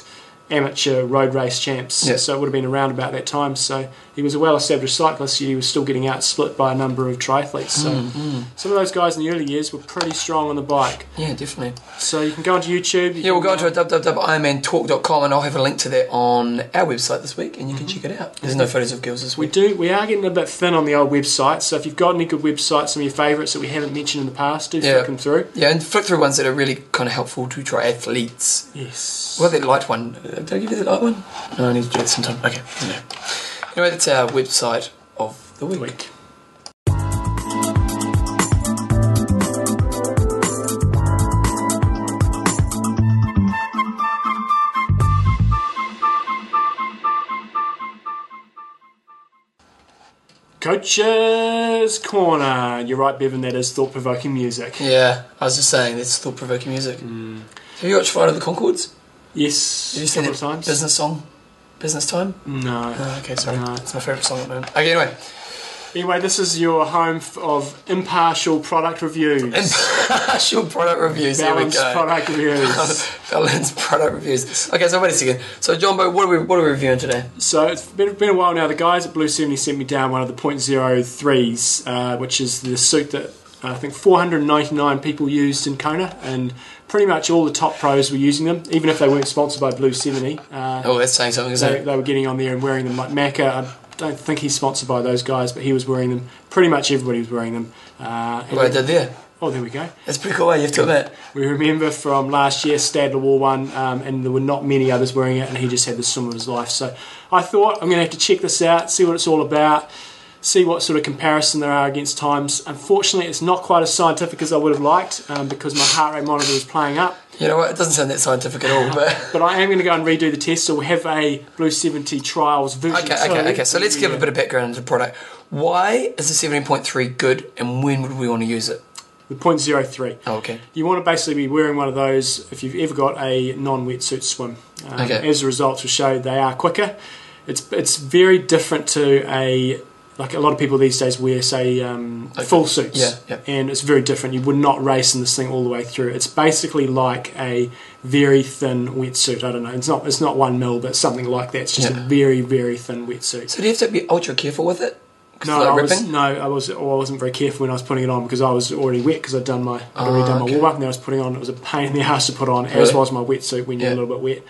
amateur road race champs.
Yeah.
So it would have been around about that time. So he was a well established cyclist. He was still getting out split by a number of triathletes. So
Mm,
some of those guys in the early years were pretty strong on the bike.
Yeah, definitely.
So you can go onto YouTube. you
Yeah, we'll
can,
go into
uh,
www.ironmantalk.com and I'll have a link to that on our website this week, and you can check it out. There's no photos of girls this
Mm-hmm. We
week.
do. We are getting a bit thin on the old website. So if you've got any good websites, some of your favourites that we haven't mentioned in the past, do
Yeah.
flick them through.
Yeah, and flick through ones that are really kind of helpful to triathletes.
Yes.
Well, that light one. Uh, Did I give you the light one? No, I need to do it sometime. Okay. No. Anyway, that's our website of the week.
week. Coach's Corner. You're right, Bevan, that is thought provoking music.
Yeah, I was just saying, that's thought
Mm.
provoking music. Have you watched Flight of the Concords?
Yes,
Have you
a
seen
couple
that
of times.
business song? Business Time?
No.
Oh, okay, sorry.
No.
It's my favourite song at the moment. Okay, anyway. (laughs)
Anyway, this is your home f- of impartial product reviews.
Impartial product reviews.
Balanced
Here we go. (laughs)
product reviews.
Balanced product reviews. Okay, so wait a second. So, Jumbo, what are we what are we reviewing today?
so it's been, been a while now. The guys at Blue 70 sent me down one of the .03s, uh, which is the suit that I think 499 people used in Kona, and pretty much all the top pros were using them, even if they weren't sponsored by Blue 70. Uh,
Oh, that's saying something, isn't
they,
it?
they were getting on there and wearing them. Like Macca, I don't think he's sponsored by those guys, but he was wearing them. Pretty much everybody was wearing them. Uh, and-
What I did there.
oh, there we go.
That's pretty cool, eh? you have to admit.
We remember from last year, Stadler wore one, um, and there were not many others wearing it, and he just had the swim of his life. So I thought I'm going to have to check this out, see what it's all about, see what sort of comparison there are against times. Unfortunately, it's not quite as scientific as I would have liked um, because my heart rate monitor was playing up.
You know what? It doesn't sound that scientific at all,
(laughs)
but. (laughs)
But I am going to go and redo the test, so we'll have a Blue 70 trials version.
Okay, okay, okay. So let's give a
Yeah.
bit of background into the product. Why is the 17.3 good and when would we want to use it?
the 0.03.
Oh, okay.
You want to basically be wearing one of those if you've ever got a non-wetsuit swim. Um,
Okay.
As the results will show, they are quicker. It's it's very different to a like a lot of people these days wear say um,
Like-
full suits,
yeah, yeah.
and it's very different. You would not race in this thing all the way through. It's basically like a very thin wetsuit. I don't know. It's not it's not one mil, but something like that. It's just
Yeah.
a very very thin wetsuit.
So do you have to be ultra careful with it? 'Cause
No,
it's
I
like
was,
ripping?
no, I was. oh, I wasn't very careful when I was putting it on because I was already wet because I'd done my, I'd already
Ah,
done my
okay.
warm up, and then I was putting on. It was a pain in the (laughs) ass to put on, as
Really?
was my wetsuit when you're
Yeah.
a little bit wet.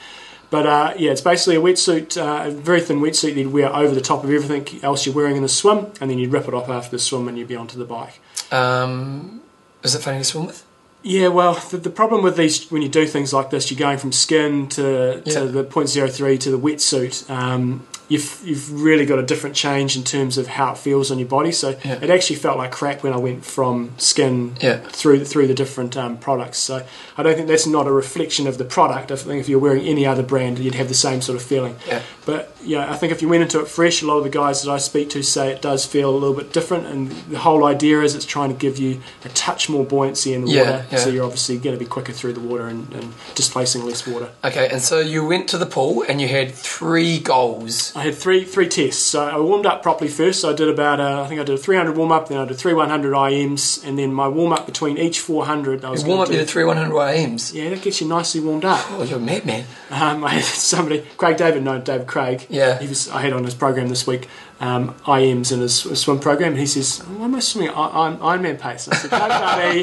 But uh, yeah, it's basically a wetsuit, uh, a very thin wetsuit that you'd wear over the top of everything else you're wearing in the swim, and then you'd rip it off after the swim, and you'd be onto the bike.
Um, is it funny to swim with?
Yeah, well, the, the problem with these when you do things like this, you're going from skin to
Yeah.
to the .03 to the wetsuit. Um, you've you've really got a different change in terms of how it feels on your body. So
Yeah.
it actually felt like crap when I went from skin
Yeah.
through through the different um, products. So I don't think that's not a reflection of the product. I think if you're wearing any other brand, you'd have the same sort of feeling.
Yeah.
But yeah, I think if you went into it fresh, a lot of the guys that I speak to say it does feel a little bit different, and the whole idea is it's trying to give you a touch more buoyancy in the
Yeah,
water,
yeah.
so you're obviously going to be quicker through the water and, and displacing less water.
Okay, and so you went to the pool and you had three goals.
I had three three tests. So I warmed up properly first. So I did about uh, I think I did a 300 warm up, then I did three 100 IMs, and then my warm up between each 400. I was
You warm up
gonna
you
do-
to three 100 IMs.
Yeah, that gets you nicely warmed up.
Oh, you're a madman.
Um, I had (laughs) somebody, Craig David, no, David Craig.
Yeah.
He was, I had on his program this week, um, IM's in his, his swim program, and he says, Why am I swimming at I- I'm Ironman pace? And I said, No, buddy,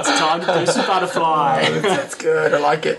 it's time to do some
(laughs)
butterfly.
(laughs) That's good. I like it.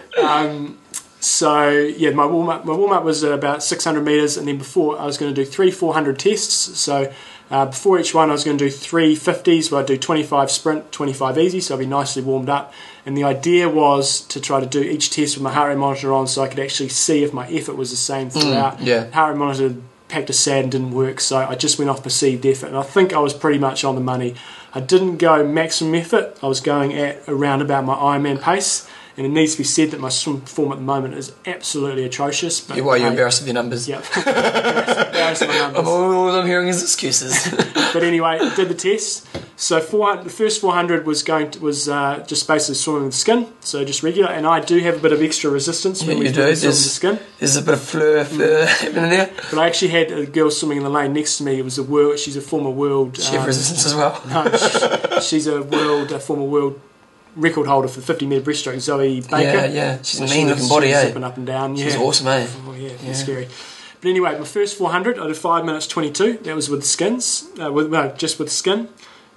So, yeah, my warm up my warm up was at about 600 metres, and then before I was going to do three 400 tests. So, uh, before each one, I was going to do three 50s where I'd do 25 sprint, 25 easy, so I'd be nicely warmed up. And the idea was to try to do each test with my heart rate monitor on so I could actually see if my effort was the same throughout.
yeah.
Power monitor packed a sand didn't work, so I just went off perceived effort. And I think I was pretty much on the money. I didn't go maximum effort. I was going at around about my Ironman pace. And it needs to be said that my swim form at the moment is absolutely atrocious. But
Yeah, well, you're
hey, (laughs)
embarrassed Oh. of your numbers.
Yeah. Embarrassed of my numbers.
All I'm hearing is excuses. (laughs)
But anyway, did the test. So 400, the first 400 was going to, was uh, just basically swimming with skin, so just regular. And I do have a bit of extra resistance when
Yeah,
we
you
do
do,
swim with
just-
skin.
There's a bit of fleur, fleur happening there.
But I actually had a girl swimming in the lane next to me. It was a world. She's a former world.
She have
um, (laughs)
resistance as well.
no, she- she's a world, a former world record holder for the 50 meter breaststroke. Zoe Baker.
Yeah, yeah. She's a
She
mean
was-
looking body,
she was
eh?
Zipping up and down. Yeah.
She's awesome, eh?
Oh yeah, it's scary. But anyway, my first 400, I did five minutes 22. That was with skins. Uh, with, no, just with skin.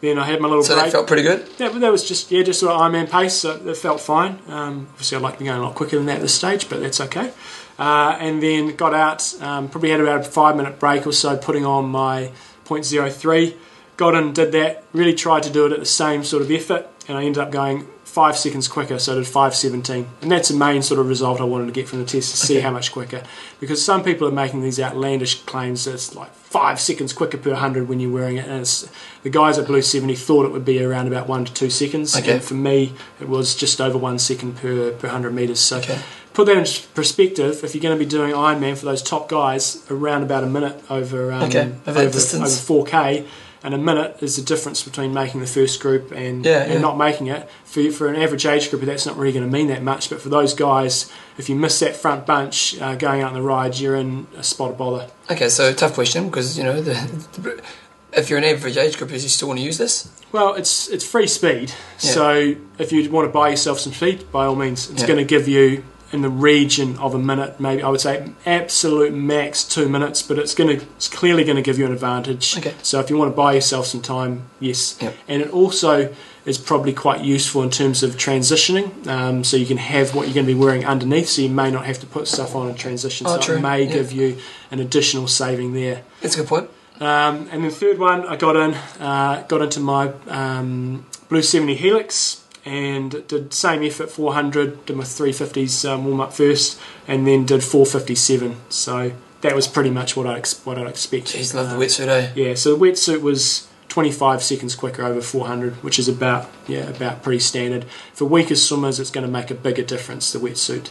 Then I had my little
So
break.
that felt pretty good.
Yeah, but that was just yeah, just sort of Ironman pace. So that felt fine. Um, obviously, I'd like to be going a lot quicker than that at this stage, but that's okay. Uh, and then got out. Um, probably had about a five minute break or so, putting on my .03. Got in, did that. Really tried to do it at the same sort of effort, and I ended up going five seconds quicker. So I did five seventeen, and that's the main sort of result I wanted to get from the test to see how much quicker. Because some people are making these outlandish claims that it's like five seconds quicker per hundred when you're wearing it, and it's, the guys at Blue Seventy thought it would be around about one to two seconds,
Okay.
and for me it was just over one second per per hundred meters. So.
Okay.
Put that in perspective. If you're going to be doing Ironman for those top guys, around about a minute over um,
Okay, over that
over, over
distance.
4K, and a minute is the difference between making the first group and,
Yeah,
and
yeah.
not making it. For, for an average age grouper, that's not really going to mean that much, but for those guys, if you miss that front bunch uh, going out on the ride, you're in a spot of bother.
Okay, so tough question because you know the, the if you're an average age group, do you still want to use this?
Well, it's it's free speed.
Yeah.
So if you want to buy yourself some speed, by all means, it's
Yeah.
going to give you in the region of a minute, maybe I would say absolute max two minutes, but it's going to it's clearly going to give you an advantage.
Okay.
So if you want to buy yourself some time, yes,
Yep.
and it also is probably quite useful in terms of transitioning. Um, so you can have what you're going to be wearing underneath, so you may not have to put stuff on in transition.
Oh,
so
true.
it may
Yeah.
give you an additional saving there.
That's a good point.
Um, and then third one, I got in, uh, got into my um, Blue 70 Helix and did same effort 400, did my 350s um, warm up first, and then did 457. So that was pretty much what I ex- what I expected.
Jeez, love the
Uh,
wetsuit, eh?
Yeah, so the wetsuit was 25 seconds quicker over 400, which is about yeah about pretty standard. For weaker swimmers, it's going to make a bigger difference the wetsuit.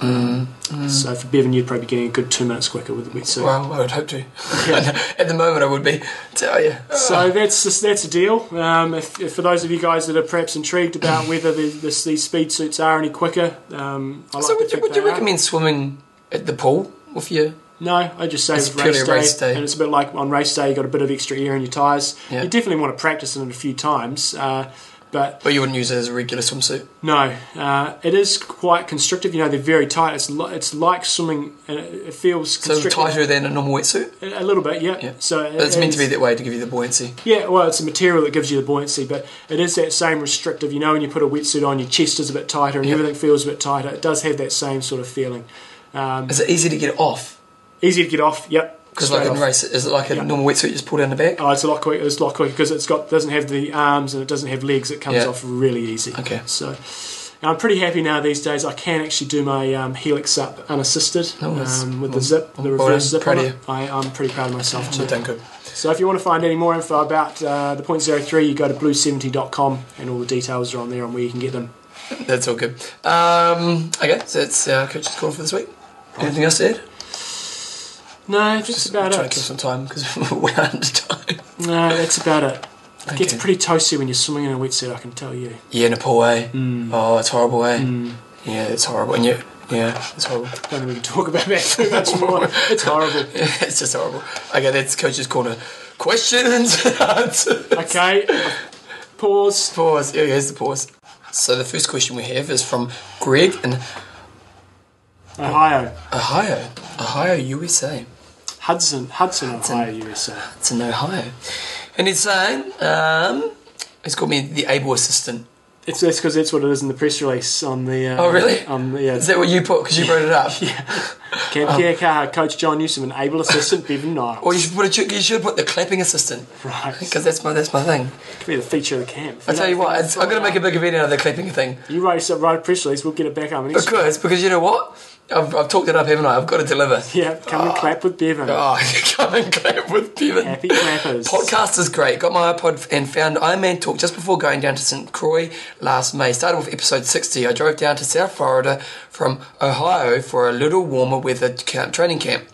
So for Bevan, you'd probably be getting a good two minutes quicker with the wetsuit.
Well, I would hope to.
(laughs) Yeah.
(laughs) At the moment, I would be. Uh, So, yeah.
So that's just, that's a deal. Um, if, if for those of you guys that are perhaps
(coughs)
intrigued about whether the, this, these speed suits are any quicker, um, I like
So
to
would you,
think
would you
they are.
recommend swimming at the pool with your?
No, I just say
It's
with race,
purely a
day,
race day.
and it's a bit like on race day you got a bit of extra air in your tyres.
Yeah.
You definitely want to practice it a few times, uh, but
But you wouldn't use it as a regular swimsuit.
No, uh, it is quite constrictive. You know, they're very tight. It's li- it's like swimming. uh, It feels
So it's
constrictive.
tighter than a normal wetsuit.
A a little bit, yeah.
Yeah.
So
But it's meant to
is-
be that way to give you the buoyancy.
Yeah, well, it's a material that gives you the buoyancy, but it is that same restrictive. You know, when you put a wetsuit on, your chest is a bit tighter and
Yeah.
everything feels a bit tighter. It does have that same sort of feeling. Um,
Is it easy to get off?
easy to get off. Yep.
Because
straight
like in
off.
race, is it like a
Yeah.
normal wetsuit just pull down the back?
Oh, it's a lot quicker. It's a lot quicker because it's got doesn't have the arms and it doesn't have legs. It comes
Yeah.
off really easy.
Okay.
So. and I'm pretty happy now these days. I can actually do my um, helix up unassisted
Oh, that's-
um, with
well,
the zip, the
well
reverse
done.
zip.
Proud
on
of
it. I, I'm pretty proud of myself
So
too.
thank you.
So if you want to find any more info about uh, the .03, you go to blue70.com and all the details are on there on where you can get them.
That's all good. Um, okay, so that's our coach's call for this week. Anything else to add?
No, that's about
trying to kill
it.
some time because (laughs) we're under time.
No, that's about it. It gets
Okay.
pretty toasty when you're swimming in a wetsuit, I can tell you.
Yeah, in a pool, eh? Oh, it's horrible, eh? Yeah, it's horrible. And you, yeah, it's horrible. (laughs)
Don't think we can talk about that too much more. It's horrible.
it's just horrible. Okay, that's Coach's Corner. Questions (laughs) and answers.
Okay, pause.
Pause. Here, here's the pause. So the first question we have is from Greg in
Ohio.
Ohio, Ohio, USA.
Hudson, Hudson, Ohio, USA.
It's in Ohio. And he's saying, um, he's called me the able assistant.
It's that's because that's what it is in the press release on the. Uh,
Oh, really?
On the, yeah,
Is that what you put? Because you wrote it up. (laughs) yeah.
Camp Kia Kaha, Coach John Newsom, and able assistant Bevan Niles.
Or you should, put a, you should put the clapping assistant.
(laughs) right.
Because that's my that's my thing.
Could be the feature of the camp.
I tell you what, it's, I'm going to make a big event out of the clapping thing.
You write yourself write a press release. We'll get it back on. the
(laughs)
next-
Because because you know what, I've, I've talked it up, haven't I? I've got to deliver. (laughs)
Yeah, come and clap with Bevan.
Oh, come and clap with Bevan.
Happy clappers.
Podcast is great. Got my iPod and found Iron Man Talk just before going down to St. Croix last May. Started with episode 60. I drove down to South Florida from Ohio for a little warmer weather camp, training camp.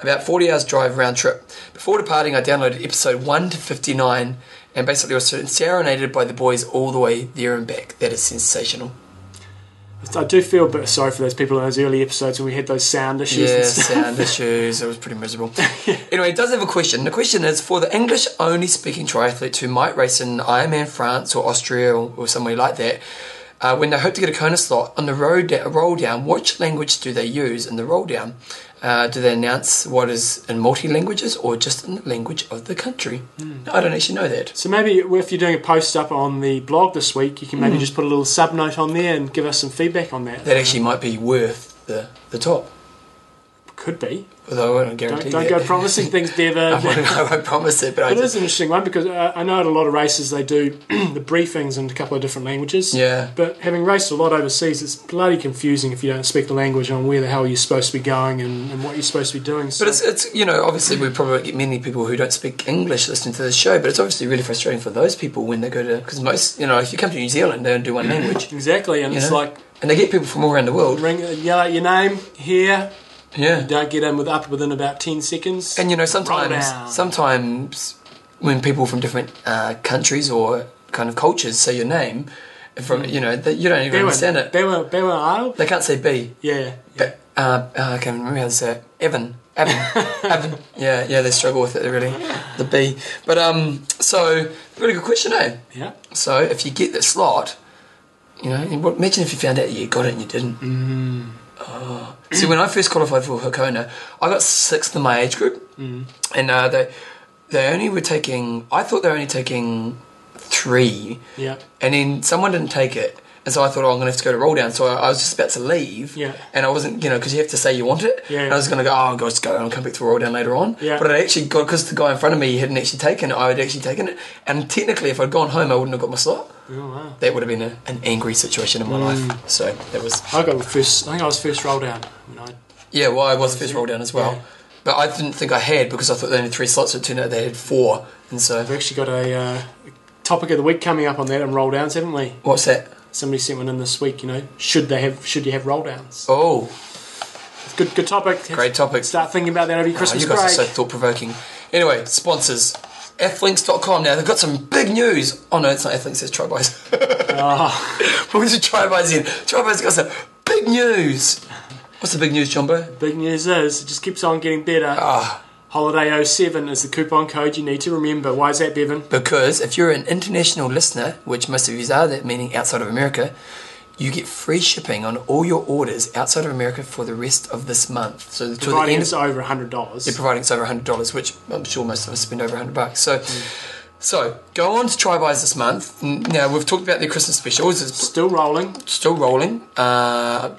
About 40 hours drive round trip. Before departing, I downloaded episode 1 to 59 and basically was serenaded by the boys all the way there and back. That is sensational.
I do feel a bit sorry for those people in those early episodes when we had those sound issues.
Yeah,
and stuff.
sound issues. It was pretty miserable. Anyway, it does have a question. The question is for the English only speaking triathlete who might race in Ironman France or Austria or, or somewhere like that, uh, when they hope to get a Kona slot on the road da- roll down, which language do they use in the roll down? Uh, do they announce what is in multi languages or just in the language of the country? I don't actually know that.
So maybe if you're doing a post up on the blog this week, you can maybe just put a little sub note on there and give us some feedback on that.
Hmm. That actually might be worth the, the top,
could be.
although I (laughs) don't
Don't,
guarantee
don't
that. (laughs) Oh
go promising things,
I,
Bevan.
won't, I won't promise it, but I
It
just,
is an interesting one because uh, I know at a lot of races they do (clears throat) the briefings in a couple of different languages.
yeah.
But having raced a lot overseas, it's bloody confusing if you don't speak the language on where the hell you're supposed to be going and, and what you're supposed to be doing. So
But it's, it's you know obviously we probably get many people who don't speak English listening to this show, but it's obviously really frustrating for those people when they go to because most you know if you come to New Zealand they don't do one
(clears throat)
language
exactly, and
You
it's
know?
like
and they get people from all around the world.
ring, yell out your name here.
Yeah,
Don't get in with up within about ten seconds.
and you know
Roll down.
sometimes sometimes when people from different uh, countries or kind of cultures say your name, from you know that you don't even
Bewa,
understand it.
Bewa, Bewa Isle?
They can't say B.
Yeah. yeah.
But uh, uh, I can't remember how to say it. Evan. Evan. Evan. Yeah, yeah, they struggle with it really. The B. But um so really good question, eh?
Yeah.
So if you get the slot, you know, and what- imagine if you found out you got it and you didn't. Mm. Oh. See, when I first qualified for Hakona, I got sixth in my age group, mm. and uh, they they only were taking. I thought they were only taking three,
Yeah.
and then someone didn't take it. And so I thought, oh, I'm going to have to go to roll down. So I, I was just about to leave.
Yeah.
And I wasn't, you know, because you have to say you want it.
Yeah.
And I was going to go, oh, I'll just go and I'll come back to roll down later on.
Yeah.
But I actually got, because the guy in front of me hadn't actually taken it, I had actually taken it. And technically, if I'd gone home, I wouldn't have got my slot.
Oh, wow.
That would have been a, an angry situation in my life. So that was,
I got first, I think I was first roll down. When I,
yeah, well, I was first roll down as well.
Yeah.
But I didn't think I had because I thought they only had three slots. It turned out they had four. And so,
I've actually got a uh, topic of the week coming up on that and roll downs, haven't we?
what's that?
Somebody sent one in this week, you know, should they have, should you have roll downs?
Oh,
Good, good topic.
great topic.
Start thinking about that over your
Oh,
Christmas
you guys
break.
are so thought provoking. Anyway, sponsors. Athlinks.com. Now, they've got some big news. Oh, no, it's not Athlinks, it's Tribys. (laughs)
Ah,
what was it, Tribys in? Tribys got some big news. What's the big news, Jumbo?
Big news is it just keeps on getting better.
Ah.
Holiday 07 is the coupon code you need to remember. Why is that, Bevan?
Because if you're an international listener, which most of you are, that meaning outside of America, you get free shipping on all your orders outside of America for the rest of this month. So, to the
Providing
end
it's over hundred dollars.
providing it's over hundred dollars, which I'm sure most of us spend over hundred bucks. So, so go on to Try Buys this month. N- Now we've talked about their Christmas specials. It's
Still rolling.
still rolling. Uh,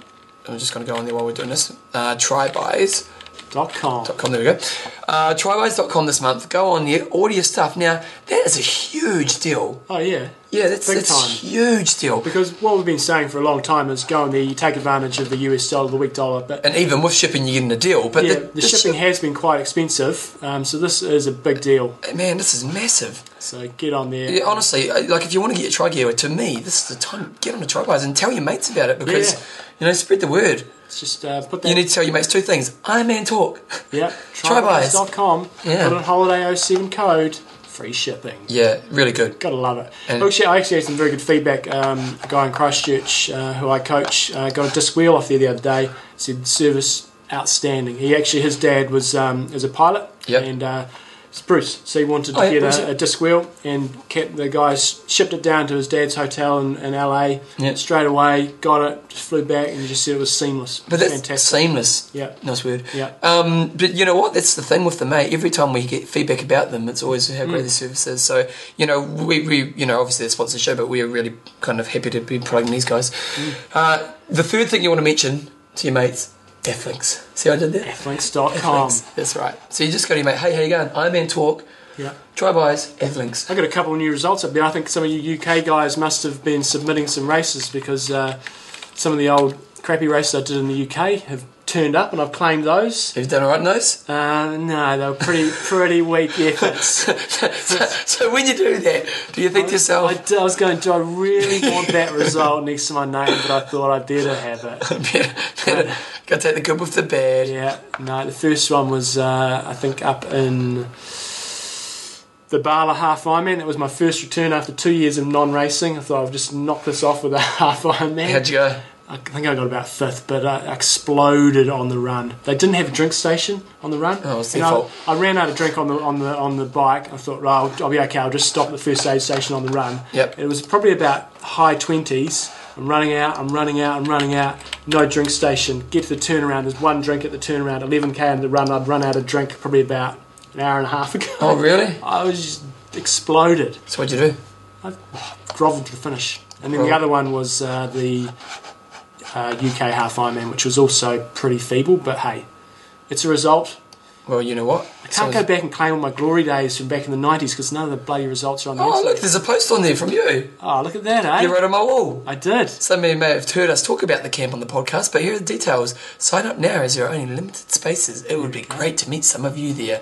I'm just going to go on there while we're doing this. Uh, Try Buys
Dot com.
com. There we go. Uh, trybuys.com this month. Go on there. Order your stuff. Now that is a huge deal.
Oh yeah.
Yeah, that's,
Big
that's
time.
huge deal.
Because what we've been saying for a long time is go in there, you take advantage of the US dollar, the weak dollar, but
And even with shipping, you're getting a deal. But
yeah,
the,
the, shipping has been quite expensive, um, so this is a big deal.
ship- man, this is massive.
So get on there.
Yeah, honestly, I- like if you want to get your tri gear, to me, this is the time. Get on the tri guys and tell your mates about it because
Yeah.
you know spread the word.
It's just uh, put that.
You need to tell your mates two things: Iron Man talk. (laughs)
yep.
Trybuys.
Trybuys.com.
Yeah.
Put in holiday 07 code. Free shipping.
Yeah, really good.
Gotta love it.
And-
actually, I actually had some very good feedback. Um, a guy in Christchurch uh, who I coach uh, got a disc wheel off there the other day. Said service outstanding. He actually his dad was um, was a pilot
Yep.
and uh, it's Bruce, so he wanted to
Oh, yeah,
get
Bruce,
a,
yeah.
a disc wheel and kept the guys shipped it down to his dad's hotel in, in LA
Yeah.
straight away. Got it, just flew back, and he just said it was seamless.
But that's
fantastic.
seamless.
Yeah.
nice word.
Yeah.
Um, but you know what? That's the thing with the mate. Every time we get feedback about them, it's always how
Mm.
great the service is. So you know, we, we you know obviously they're sponsored the show, but we are really kind of happy to be plugging these guys.
Mm.
Uh, the third thing you want to mention to your mates: F-links. See, how I did that.
Links.com.
Links, That's right. So you just go to your mate, hey, how you going? I'm in talk.
Yeah.
Try buys, F links.
I got a couple of new results up there. I think some of you UK guys must have been submitting some races because uh, some of the old crappy races I did in the UK have turned up, and I've claimed those.
Have you done all right in those?
Uh, no, they were pretty (laughs) pretty weak efforts.
so, (laughs) so when you do that, do you think to
I,
yourself,
d- I was going, do I really want that result next to my name? But I thought I better have
(laughs) (laughs)
it.
better, better, gotta take the good with the bad?
Yeah, no. The first one was uh, I think up in. The Bala Half Ironman, that was my first return after two years of non racing. I thought I'd just knock this off with a (laughs) half Ironman.
How'd you go?
I think I got about fifth, but I exploded on the run. They didn't have a drink station on the run.
Oh, it's
And
their
I,
fault.
I ran out of drink on the on the on the bike. I thought, right, I'll, I'll be okay. I'll just stop at the first aid station on the run.
Yep.
It was probably about high twenties. I'm running out. I'm running out. I'm running out. No drink station. Get to the turnaround. There's one drink at the turnaround. 11k in the run. I'd run out of drink probably about an hour and a half ago.
Oh, really?
(laughs) I was just exploded
So what'd you do?
grovel to the finish. And then
Grovel.
the other one was uh, the uh, UK half Ironman, which was also pretty feeble, but hey, it's a result.
Well, you know what?
I can't go back and claim all my glory days from back in the 90s because none of the bloody results are on the
Oh, look,
internet.
there's a post on there from you.
Oh, look at that, eh?
You wrote on my wall.
I did.
Some of you may have heard us talk about the camp on the podcast, but here are the details. Sign up now as there are only limited spaces. It would be
Mm-hmm.
great to meet some of you there.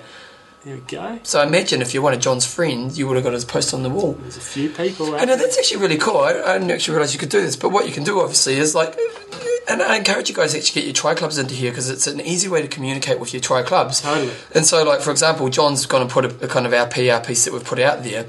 There we go.
So I imagine if you're one of John's friends, you would have got his post on the wall.
There's a few people out
I know
there.
that's actually really cool. I, I didn't actually realize you could do this, but what you can do obviously is like and I encourage you guys to actually get your tri clubs into here because it's an easy way to communicate with your tri clubs.
Totally.
And so, like for example, John's going to put a, a kind of our PR piece that we've put out there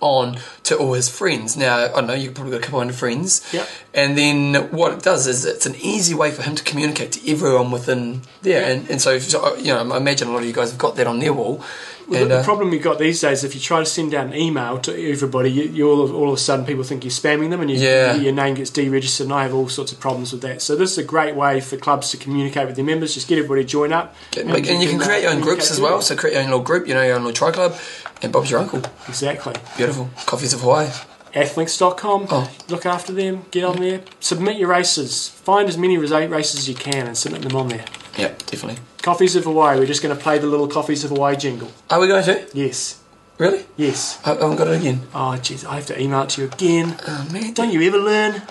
on to all his friends. Now, I don't know you've probably got a couple hundred friends.
Yep.
And then what it does is it's an easy way for him to communicate to everyone within there.
Yeah.
And, and so, so, you know, I imagine a lot of you guys have got that on their wall.
Well,
and,
the,
uh,
the problem we've got these days, if you try to send out an email to everybody, you, you all, of, all of a sudden people think you're spamming them, and you,
Yeah.
your name gets deregistered. And I have all sorts of problems with that. So this is a great way for clubs to communicate with their members. Just get everybody to join up,
and, and you can
uh,
create your own groups
communicate
as
to
well.
them.
So create your own little group, you know, your own little tri club. And Bob's your uncle.
Exactly.
Beautiful. Coffees of Hawaii.
Athlinks.com.
Oh.
Look after them. Get on there. Submit your races. Find as many resa- races as you can and submit them on there.
Yeah, definitely.
Coffees of Hawaii. We're just going to play the little Coffees of Hawaii jingle.
Are we going to?
Yes.
Really?
Yes.
I I haven't got it again.
Oh, jeez. I have to email it to you again.
Oh, man.
Don't you ever learn?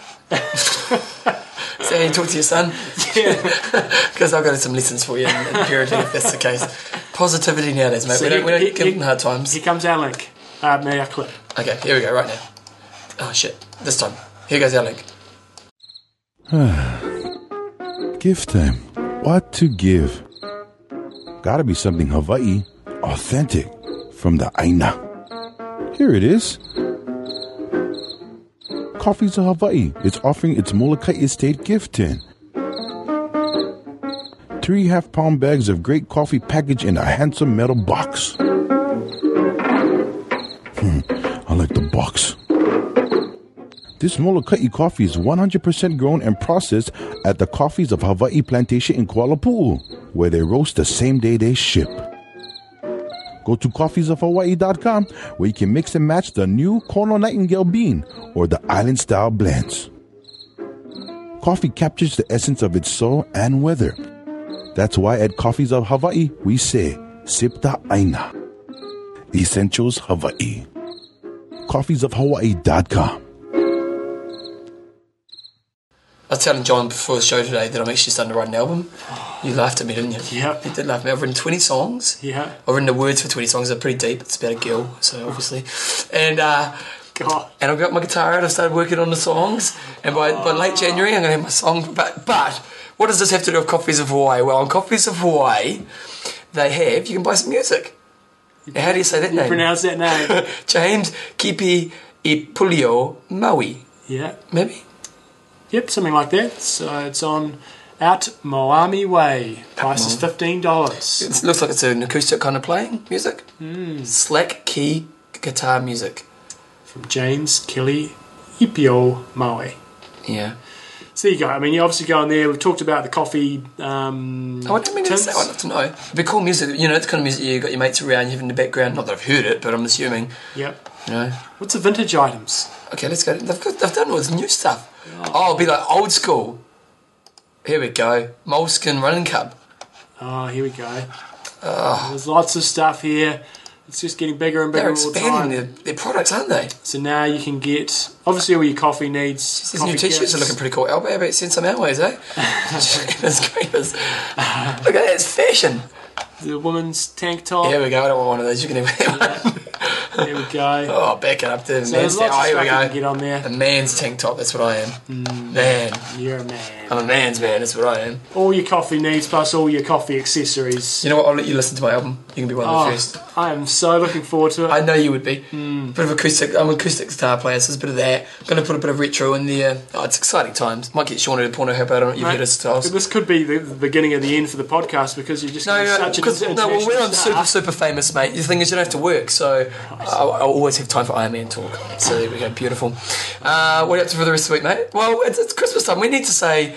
Say, talk to your son. Because I've got some lessons for you in, in parenting if that's the case. Positivity nowadays, mate.
So
we don't,
you-
we
you-
don't give
you-
them hard times.
Here comes our link. Uh, may I clip?
Okay, here we go, right now. Oh, shit. This time. Here goes our link.
Gift time. What to give? Gotta be something Hawaii authentic from the Aina. Here it is. Coffees of Hawaii is offering its Molokai Estate gift tin. Three half pound bags of great coffee packaged in a handsome metal box. Hmm, I like the box. This Molokai coffee is 100% grown and processed at the Coffees of Hawaii Plantation in Kuala Puu, where they roast the same day they ship. Go to coffeesofhawaii.com where you can mix and match the new Kono Nightingale bean or the island style blends. Coffee captures the essence of its soil and weather. That's why at Coffees of Hawaii we say, Sip the Aina. Essentials Hawaii. Coffeesofhawaii.com.
I was telling John before the show today that I'm actually starting to write an album. You laughed at me, didn't you?
Yep.
You did laugh at me. I've written 20 songs.
Yeah.
I've written the words for 20 songs. They're pretty deep. It's about a girl, so obviously. And, uh,
God.
and I've got my guitar out. I've started working on the songs, and by, by late January, I'm going to have my song. But but what does this have to do with Coffees of Hawaii? Well, on Coffees of Hawaii, they have you can buy some music. Now, how do you say that name?
Pronounce that name.
(laughs) James Kipi Ipulio Maui,
yeah.
maybe.
Yep, something like that. So it's on Out Moami Way. Price is fifteen dollars.
It looks like it's an acoustic kind of playing music. Slack key guitar music.
From James Kelly Ipio Maui.
Yeah.
So you go. I mean, you obviously go in there. We've talked about the coffee. Um,
Oh, I didn't mean to
tins.
say. I'd love to know. It'd be cool music. You know, it's the kind of music you got your mates around, you have in the background. Not that I've heard it, but I'm assuming.
Yep.
You know.
What's the vintage items?
Okay, let's go. They've, got, they've done all this new stuff. Oh, it'll be like old school. Here we go. Moleskin running cub.
Oh, here we go. There's lots of stuff here. It's just getting bigger and bigger
They're
all the time.
expanding their, their products, aren't they?
So now you can get obviously all your coffee needs.
These
coffee
new t-shirts are
kits.
looking pretty cool. Albert, Albert send some our ways, eh?
(laughs)
That's great. Look at that, it's fashion.
The women's tank top.
Here we go. I don't want one of those. You can have that one. (laughs)
There we go.
Oh, back it up there.
so
man's
there's lots
tank.
of
Oh, here
stuff
we
you can Hmm. get
go.
on
A
there.
man's tank top. That's what I am. Man,
You're a man.
I'm a man's man. That's what I am.
All your coffee needs plus all your coffee accessories.
You know what? I'll let you listen to my album. You can be one of the
Oh,
first.
I am so looking forward to it.
I know you would be. Bit of acoustic. I'm an acoustic guitar player, so there's a bit of that. going to put a bit of retro in there. Oh, it's exciting times. Might get Shauna to porno help out on it. You've heard his styles.
This could be the, the beginning of the end for the podcast because you're just
No, uh,
gonna be
no,
such
because
an
no. Well, when I'm
international
super,
star.
super famous, mate, the thing is you don't have to work, so I'll, I'll always have time for Iron Man talk. So there we go, beautiful. Uh, what are you up to for the rest of the week, mate? Well, it's, it's Christmas time. We need to say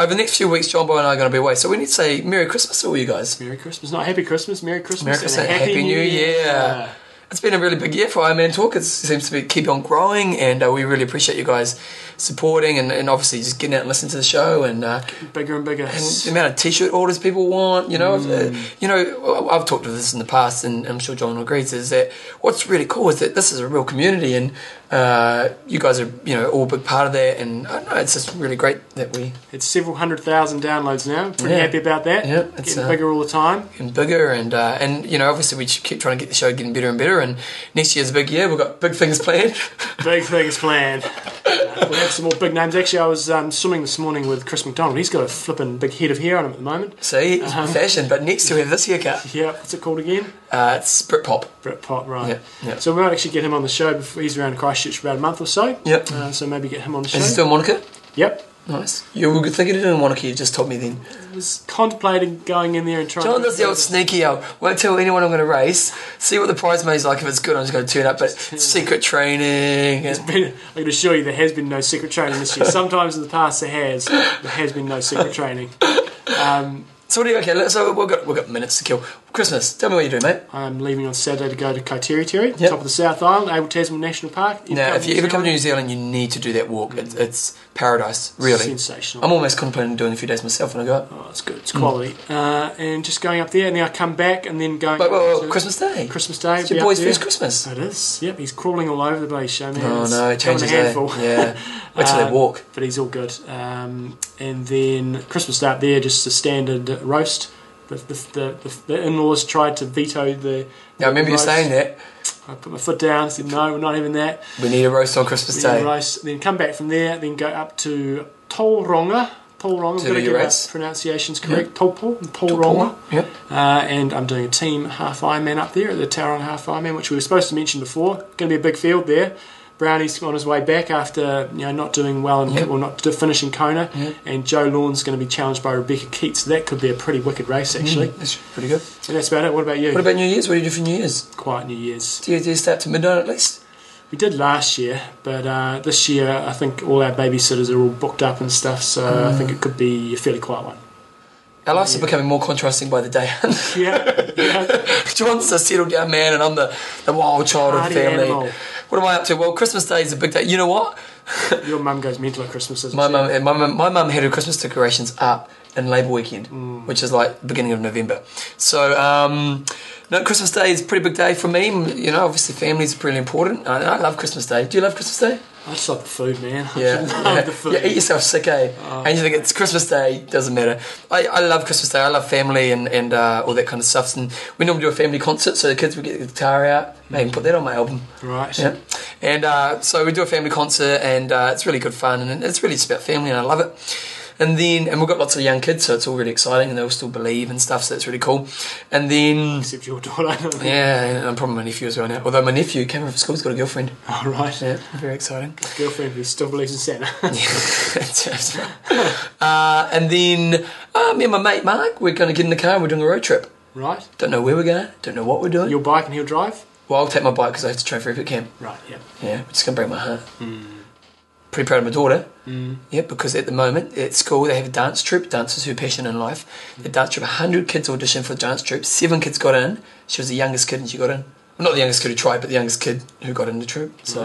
over the next few weeks, John Boy and I are going to be away, so we need to say Merry Christmas to all you guys.
Merry Christmas, not Happy Christmas. Merry Christmas,
Merry Christmas,
and a Happy, New Year.
It's been a really big year for Iron Man Talk. It's, it seems to be keep on growing, and uh, we really appreciate you guys supporting and, and obviously just getting out and listening to the show and. Uh,
Bigger and bigger.
and the amount of t-shirt orders people want, you know, uh, you know, I- I've talked to this in the past, and I'm sure John agrees. Is that what's really cool is that this is a real community, and Uh, you guys are, you know, all a big part of that, and I don't know, it's just really great that we
It's several hundred thousand downloads now. Pretty
Yeah.
happy about that.
Yeah, it's,
Getting
uh,
bigger all the time.
and bigger and uh, and you know obviously we just keep trying to get the show getting better and better and next year's a big year we've got big things planned (laughs)
Big things planned. Uh, we have some more big names. Actually, I was um, swimming this morning with Chris McDonald. He's got a flippin' big head of hair on him at the moment.
see
Uh-huh.
fashion but next to we have this haircut
Yeah, what's it called again?
uh, it's Britpop
Britpop, right.
Yeah, yeah.
So we might actually get him on the show before he's around Christchurch for about a month or so.
Yep.
Uh, so maybe get him on the show.
is it still Monica
yep.
nice you were thinking of doing Monica you just told me then
Was contemplating going in there and trying.
John
to
does the old
(laughs)
sneaky old won't tell anyone I'm going to race see what the prize money's like if it's good I'm just going to turn up but secret training and
I can assure you, there has been no secret training
(laughs)
this year. Sometimes in the past, there has. There has been no secret training.
so what do you okay let's- so we've got, we've got minutes to kill Christmas tell me what you do mate
I'm leaving on Saturday to go to Kaiteri Terry,
Yep.
top of the South Island, Abel Tasman National Park.
now if you ever come to
Zealand,
New Zealand you need to do that walk it's, it's paradise really
sensational.
I'm almost contemplating doing a few days myself when I go up.
oh, it's good. It's quality. Uh, and just going up there, and then I come back, and then going.
Wait, wait, wait,
to
Christmas Day.
Christmas Day.
It's your
be up
boy's
there.
first Christmas.
It is. Yep, he's crawling all over the place. I mean,
Oh
it's
no, it
becoming
changes
a
eh?
handful.
Yeah. Wait till they
(laughs) Um,
walk.
(laughs) But he's all good. Um, and then Christmas Day up there, just a standard roast. The, the, the, the, the in-laws tried to veto the.
Now I remember you saying that.
I put my foot down. Said no, we're not having that.
We need a roast on Christmas
Then
Day.
race- then come back from there, then go up to Tolronga. Tolronga, I've
To
got to
your
get our
race.
pronunciations correct. Tolpo, Tolronga.
Yep.
Uh, and I'm doing a team half Ironman up there at the Tauranga Half Ironman, which we were supposed to mention before. Going to be a big field there. Brownie's on his way back after you know not doing well and
Yep.
well not finishing Kona, and Joe Lawn's going to be challenged by Rebecca Keats. So that could be a pretty wicked race actually.
That's pretty good.
And that's about it. What about you?
Mm. What about New Year's? What do you do for New Year's?
Quiet New Year's.
Do you, do you stay up to midnight at least?
We did last year, but uh, this year I think all our babysitters are all booked up and stuff, so I
Mm.
think it could be a fairly quiet one.
Our lives are becoming more contrasting by the day. (laughs)
Yeah, yeah.
John's a settled down man, and I'm the, the wild child of the
Party
family.
animal.
What am I up to? Well, Christmas Day is a big day. You know what?
your mum goes mental at Christmas. Doesn't
My
she?
mum, and my mum, my mum had her Christmas decorations up in Labour weekend,
Mm.
which is like beginning of November. So, um, no, Christmas Day is a pretty big day for me. You know, obviously families are pretty important. I, I love Christmas Day. Do you love Christmas Day?
I just love the food, man. I (laughs)
Yeah,
just love
yeah.
the food. Oh.
Yeah, eat yourself sick, eh? and you think it's Christmas Day, doesn't matter. I, I love Christmas Day. I love family and and uh, all that kind of stuff. And we normally do a family concert, so the kids would get the guitar out. They can put that on my album.
Right.
Yeah. And uh, so we do a family concert, and uh, it's really good fun, and it's really just about family, and I love it. And then, and we've got lots of young kids, so it's all really exciting, and they all still believe and stuff, so it's really cool. And then,
Except your (laughs) daughter.
yeah, and I'm probably my nephew as well now. Although my nephew came from school, he's got a girlfriend.
All right.
Yeah, very exciting.
Girlfriend who still believes in Santa. (laughs)
That's right. (laughs) uh, and then, uh, me and my mate Mark, we're going to get in the car, and we're doing a road trip.
right.
Don't know where we're going, don't know what we're doing.
Your bike and he'll drive.
Well, I'll take my bike because I have to train for Epic Camp.
Right. Yeah.
Yeah, it's going to break my heart. Pretty proud of my daughter. Mm. Yeah, because at the moment at school they have a dance troupe, dancers who are passionate in life. The dance troupe, 100 kids auditioned for the dance troupe, seven kids got in. She was the youngest kid and she got in. Well, not the youngest kid who tried, but the youngest kid who got in the troupe. So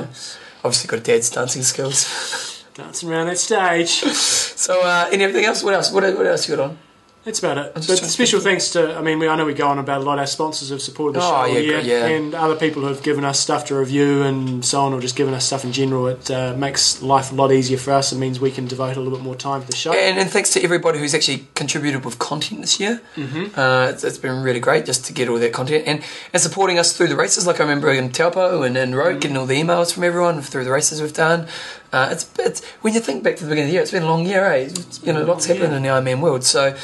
obviously got a dad's dancing skills.
Dancing around that stage.
So uh, and everything else, what else? What, what else you got on?
That's
(laughs)
about it. But
just trying to
special thanks to, I mean, we, I know we go on about a lot. Our sponsors have supported the
Oh,
show all
yeah,
year,
yeah.
and other people who have given us stuff to review and so on, or just given us stuff in general. It uh, makes life a lot easier for us. It means we can devote a little bit more time to the show.
And, and thanks to everybody who's actually contributed with content this year. Mm-hmm. Uh, it's, it's been really great just to get all that content and, and supporting us through the races. Like I remember in Taupo and in Road, getting all the emails from everyone through the races we've done. Uh, it's, it's when you think back to the beginning of the year, it's been a long year, eh? It's- You know, lots happened in the Ironman world. So,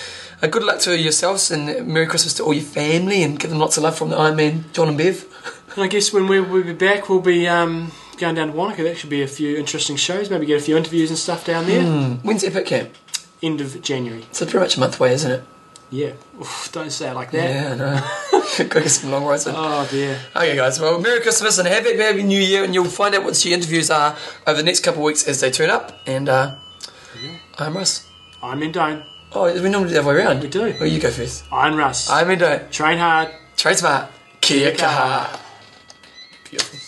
uh, good luck to yourselves and Merry Christmas to all your family and give them lots of love from the Ironman John and Bev.
And I guess when we, we'll be back, we'll be um, going down to Wanaka. That should be a few interesting shows. Maybe get a few interviews and stuff down there.
When's Epic Camp?
End of January.
So pretty much a month away, isn't it?
Yeah. Oof, don't say it like that.
Yeah, I know. (laughs) Got to get some long rides in.
Oh dear.
Okay, guys. Well, Merry Christmas and Happy Happy New Year, and you'll find out what the interviews are over the next couple of weeks as they turn up. And uh, I'm Russ.
I'm in Doan.
Oh, we normally do the other way around.
We do.
Well, you go first.
I'm Russ.
I'm Indo.
Train hard.
Trade smart. Kia kaha.
kaha.
Beautiful.